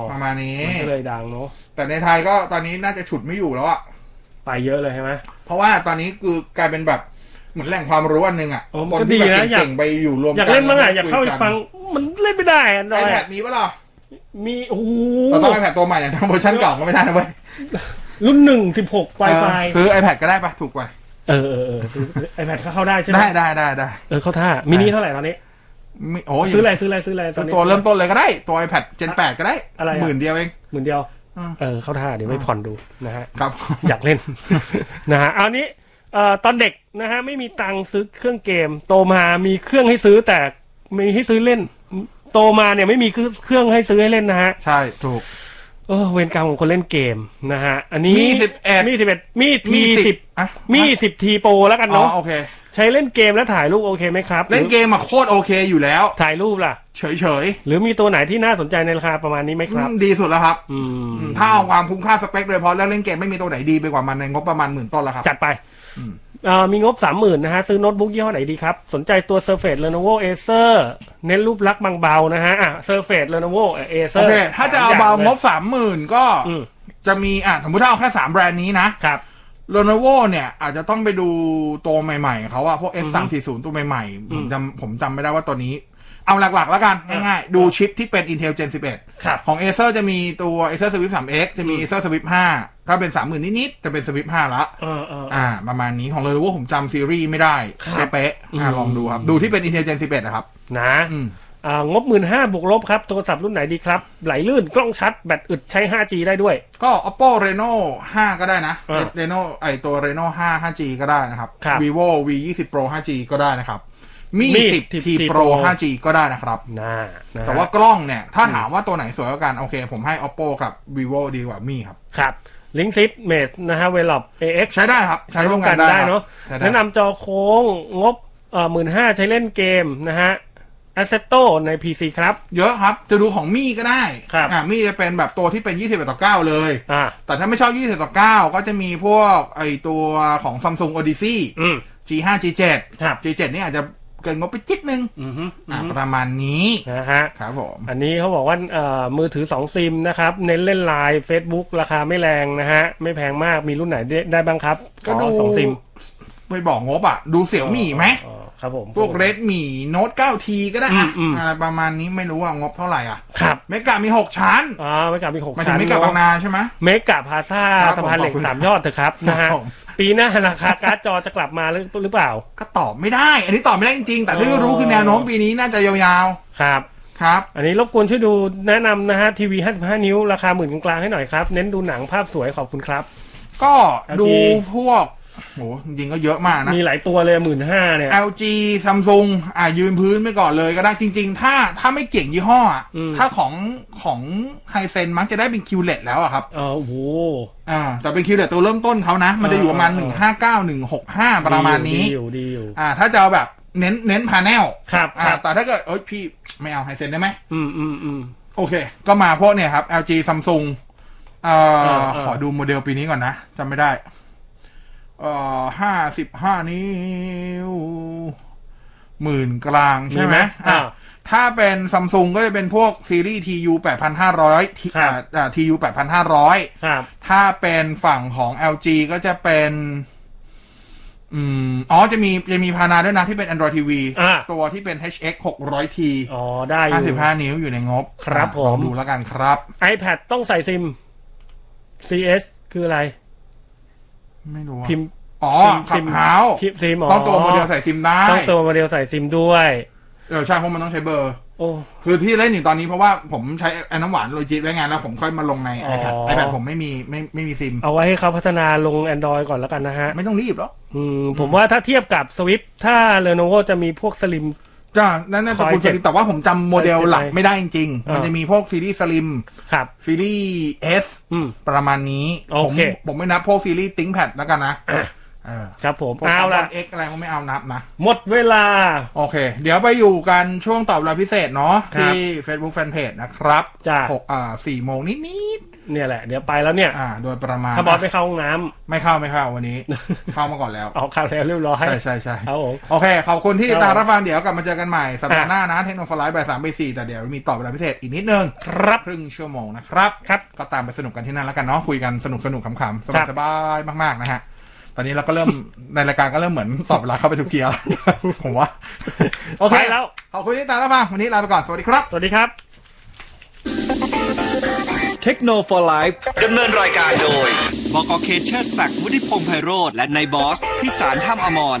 E: ม ประมาณนี้
D: มันก็เลยดังเนาะ
E: แต่ในไทยก็ตอนนี้น่าจะฉุดไม่อยู่แล้วอะ
D: ไปเยอะเลยใช่ไหม
E: เพราะว่าตอนนี้คือกลายเป็นแบบเหมือนแหล่งความรู้อันหนึงอะ
D: โอ้มัน
E: คน
D: ก็ดี
E: ที่แบบ
D: นะอยาก
E: เก่งๆไปอยู่รวม
D: อ
E: กั
D: ยากเล่นบ้างอ่ะอยากเข้าไป
E: คุ
D: ฟังมันเล่นไม่ได้แอนดร
E: ไอ
D: อย
E: แพดมีปะล่ะ
D: มีโอ้โห
E: แต่ต้องไอแพดตัวใหม่นะเวอร์ชันเก่าก็ไม่ได้นะเว้ย
D: รุ่นหนึ่งสิบหกไวไฟ
E: เออซื้อ iPad ก็ได้ปะถูกกว่า
D: เออเออเออไอแพดเข้าได้ใช่ไหม
E: ได้ได้ได้ได้
D: เออเข้าท่ามินิเท่าไหร่ตอนนี้
E: ไม่โอ้ย
D: ซื้ออะไรซื้ออะไรซื้ออะไรตอนนี้
E: ตัวเริ่มต้นเลยก็ได้ ตัว iPad Gen 8 ก็ได้
D: อะไรอะ
E: หมื่นเดียวเอง
D: หมื่นเดียว
E: อ่า
D: เออเข้าท่าเดี๋ยวไปผ่อนดูนะฮะ
E: ครับ
D: อยากเล่น นะฮะเอานี้เอ่อตอนเด็กนะฮะไม่มีตังค์ซื้อเครื่องเกม โตมามีเครื่องให้ซื้อแต่มีให้ซื้อเล่น โตมาเนี่ยไม่มีเครื่องให้ซื้อให้เล่นนะฮะ
E: ใช่ถูก
D: เออเวรกรรมของคนเล่นเกมนะฮะอันนี้
E: มี11
D: มีสิบเอ็ดมีทีสิบ
E: อ่ะ
D: มีสิบทีโปรแล้วกัน
E: อ๋อ
D: เนาะ
E: โอเค
D: ใช้เล่นเกมแล้วถ่ายรูปโอเคไหมครับ
E: เล่นเก
D: หรื
E: มอะโคตรโอเคอยู่แล้ว
D: อถ่ายรูปล่ะ
E: เฉยเฉย
D: หรือมีตัวไหนที่น่าสนใจในราคาประมาณนี้ไหม
E: ๆ
D: ครับ
E: อืมดีสุดแล้วครับ
D: อืม
E: ถ้าเอาความคุ้มค่าสเปคเลยเพราะเรื่องเล่นเกมไม่มีตัวไหนดีไปกว่ามันในงบประมาณหมื่นต้นแล้วครับ
D: จัดไปเอ่อมีงบสามหมื่นนะฮะ ซื้อโน้ตบุ๊กยี่ห้อไหนดีครับ สนใจตัว Surface Lenovo Acer เน้นรูปลักษณ์บางเบานะฮะ อ่ะ Surface Lenovo เอ่อ
E: โอ
D: Acer
E: เค ถ้าจะเอาเบางบ
D: สมย่ลย
E: สามหมื่นก็
D: อืม
E: จะมีอ่ะสมมติถ้าเอาแค่สามแบรนด์นี้นะครับ โ e โนโวเนี่ย อาจจะต้องไปดูตัวใหม่ๆของเขาอะพวก F340 ตัวใหม่ๆ ผมจำผมจำไม่ได้ว่าตัวนี้ เอาหลักๆ แล้วกัน ง่ายๆ ดูชิปที่เป็น Intel Gen
D: ครับ
E: 11 ของ Acer จะมีตัว Acer Swift 3X จะมี Acer Swift 5 ถ้าเป็น 30,000 นิดๆ จะเป็น Swift 5 ละ
D: เออเออ
E: อ่า ประมาณนี้ของเลยว่าผมจำซีรีส์ไม่ได้
D: ครับ
E: เป๊ะๆอ่า
D: อืม
E: ลองดูครับ ดูที่เป็น Intel Gen 11นะครับ
D: นะ
E: อืม
D: อ่างบหมื่นห้าบวกลบครับ โทรศัพท์รุ่นไหนดีครับ ไหลลื่นกล้องชัด แบตอึดใช้ 5G ได้ด้วย
E: ก็ Oppo Reno 5 ก็ได้นะ
D: อ่า
E: Reno ไอตัว Reno 5 5G ก็ได้นะครับ
D: ครับ
E: vivo V 20 Pro 5G ก็ได้นะครับ Mi
D: Mi
E: 10 T
D: 10 Pro
E: Pro 5G ก็ได้นะครับ
D: นะนะฮะ
E: แต่ว่ากล้องเนี่ย ถ้าถามว่าตัวไหนสวยกว่ากันโอเค ผมให้ oppo กับ vivo ดีกว่ามี่ครับ
D: ครับลิงซิปเมดนะฮะเวลอบเอ็ก
E: ใช้ได้ครับ ใช้
D: ใช้
E: ร่ว
D: ร่ว
E: ม
D: ม
E: กั
D: กัน น
E: ได้ค
D: ได้
E: รับ
D: เนาะ
E: ใช้ได้
D: แนะนำจอโค้งงบเอ่อหมื่นห้าใช้เล่นเกมนะฮะ a s s e t o ใน PC ครับ
E: เยอะครับ จะดูของมี่ก็ได้
D: ครับ
E: อ่ามี่จะเป็นแบบตัวที่เป็น 21ต่อ9เลย
D: อ่า
E: แต่ถ้าไม่ชอบ 21ต่อ9ก็จะมีพวกไอตัวของ Samsung Odyssey
D: อืม
E: G5 G7
D: ครับ
E: G7 นี่อาจจะเกินงบไปจิตนึง
D: อือฮึ
E: อ่าประมาณนี้
D: นะฮะ
E: ครับผม
D: อันนี้เขาบอกว่าเอ่อมือถือ 2 ซิมนะครับ เน้นเล่นไลน์ Facebook ราคาไม่แรงนะฮะ ไม่แพงมากมีรุ่นไหนได้ได้บ้างครับ
E: ก็ดู
D: ขอสองซิม
E: ไปบอกงบอ่ะ ดูเสี่ยวมี่ไหม
D: อ๋อครับผม
E: พวกเรดมี่โน้ต 9T ก็ได้อะ
D: อืมอืม
E: อะไรประมาณนี้ไม่รู้ว่างบเท่าไหร่อ่ะ
D: ครับ
E: เมกะมีหกชั้น
D: อ๋อไม่กลับมีหก
E: หมายถึ
D: ชั้
E: ง
D: น
E: เมกะบางนาใช่ไหม
D: เมกะพาซา
E: ครับผม
D: สะพานเหล็
E: ข
D: ก
E: อบคุณ
D: สามยอดเถอะครับนะ
E: ครั
D: ฮะ
E: บผม
D: ปีหน้าราคาการ์ดจอจะกลับมาหรือหรือเปล่า
E: ก็ตอบไม่ได้ อันนี้ตอบไม่ได้จริงๆ แต่
D: อ๋
E: ที่
D: อ
E: รู้คือแนวโน้มปีนี้น่าจะยาว
D: ครับ
E: ๆ ครับ
D: อันนี้รบกวนช่วยดูแนะนำนะฮะทีวี 55 นิ้ว ราคาหมื่นกลางๆให้หน่อยครับ เน้นดูหนังภาพสวยขอบคุณครับ
E: ก็ดู
D: LG
E: พวกโหจริงๆก็เยอะมากนะ
D: มีหลายตัวเลยหมื่นห้าเนี่ย
E: LG Samsung อ่ะยืนพื้นไปก่อนเลยก็ได้จริง ๆ ถ้าถ้าไม่เก่งยี่ห้ออ่ะ
D: อืม
E: ถ้าของของไฮเซนมักจะได้เป็น QLED แล้วอะครับ
D: เออโอ้โห
E: อ่าแต่เป็น QLED ตัวเริ่มต้นเขานะ มันจะอยู่ประมาณ
D: เออ
E: 159 165 ประมาณนี้
D: ดีอยู่ดีอยู่
E: อ่า ถ้าจะเอาแบบเน้นเน้นพาแนล
D: ครับค
E: อ่า
D: รับ
E: แต่ถ้าเกิดเอ้ยพี่ไม่เอาไฮเซนได้ไหม
D: อืมอืมอืม
E: โอเค ก็มาพวกเนี่ยครับ LG Samsung เอ่
D: เอ
E: อ
D: อเออ
E: ขอดูโมเดลปีนี้ก่อนนะจำไม่ได้ เอ่อห้าสิบห้านิ้วหมื่นกลางใช่ไหม
D: อ่า
E: อ่ะถ้าเป็น Samsung ก็จะเป็นพวกซีรีส์ TU 8500 T-
D: ครับ
E: อ่า TU 8500
D: ครับ
E: ถ้าเป็นฝั่งของ LG ก็จะเป็น อืม อ๋อ จะมีจะมีพานาด้วยนะที่เป็น Android TV
D: อ่า
E: ตัวที่เป็น HX 600T
D: อ๋อ ได้อยู่
E: 55 นิ้วอยู่ในงบ
D: ครับ
E: อ่ะ
D: ผม
E: ลองดูแล้วกันครับ
D: iPad ต้องใส่ซิม CS คืออะไร
E: ไม่รู้อะ
D: พิมพ์
E: อ๋อขั
D: ซิ
E: บ
D: ม
E: เท้า
D: คลิปซิม
E: ต้องตัวโมเดลใส่ซิมได้
D: ต้องตัวโมเดลใส่ซิมด้วย
E: เออใช่เพราะมันต้องใช้เบอร์
D: โอ้
E: คือที่เล่นอยู่ตอนนี้เพราะว่าผมใช้ไอ้น้ำหวานโลจิตไว้งานแล้วผมค่อยมาลงใน
D: อ๋อ
E: iPad iPad ผมไม่มีไม่ไม่มีซิม
D: เอาไว้ให้เขาพัฒนาลง Android ก่อนแล้วกันนะฮะ
E: ไม่ต้องรีบหรอก
D: อืมผมว่าถ้าเทียบกับ Swift ถ้า Lenovo จะมีพวกสลิม
E: จ้านั่นน่าจะ
D: คอย
E: คุณส
D: เก็บ
E: ลิมแต่ว่าผมจำโมเดลหลักไม่ได้จริงๆ
D: อ่ามั
E: มันจะมีพวกซีรีส์สลิม
D: ครับ
E: ซีรีส์เอส
D: อืม
E: ประมาณนี้
D: โอ
E: ผม
D: เค
E: ผมไม่นับพวกซีรีส์ติ้งแพดแล้วกันนะเออ
D: ครับผม
E: พวก
D: เอาละ
E: เอ็กอะไรก็ไม่เอานับนะ
D: หมดเวลา
E: โอเค เดี๋ยวไปอยู่กันช่วงตอบรับพิเศษเนาะ
D: ครับ
E: ที่ Facebook Fanpage นะครับ
D: จ้ะ
E: หกอ่าสี่โมงนิด
D: เนี่ยแหละ เดี๋ยวไปแล้วเนี่ย
E: ๆอ่า โดยประมาณ
D: ถ้าบอสไปเข้าห้องน้
E: ไม่เข้าไม่เข้า วันนี้ เข้ามาก่อนแล้ว
D: ำออกข่าวแล้วเรียบร้อย
E: ใช่ใช่ใช่
D: ครับผม
E: โอเค ขอบคุณที่ติดตาม
D: ครับผม
E: รับฟังเดี๋ยวกลับมาเจอกันใหม่สัปดาห์
D: อ่ะ
E: หน้านะเทคโนโลยีไลฟ์บ่ายสามบ่ายสี่แต่เดี๋ยวมีตอบรับพิเศษอีกนิดนึง
D: ครับ
E: ครึ่งชั่วโมงนะครับ
D: ครับ
E: ก็ตามไปสนุกกันที่นั่นแล้วกันเนาะคุยกันสนุกสนุกๆขำๆสบายสบายๆมากๆนะฮะ ตอนนี้เราก็เริ่ม ในรายการก็เริ่มเหมือนตอบเวลาเข้าไปทุกเกียร์ ผมว่า โอเค
D: ไปแล้ว
E: ขอบคุณที่ตามรับฟังวันนี้ลาไปก่อนสวัสดีครับ
D: สวัสดีครับ
A: เทคโนโลยีไลฟ์
B: ดำเนินรายการโดย
A: บอกเคเชอร์ศักดิ์วุฒิพงษ์ไพโรธและนายบอสพิสารท่ามอมร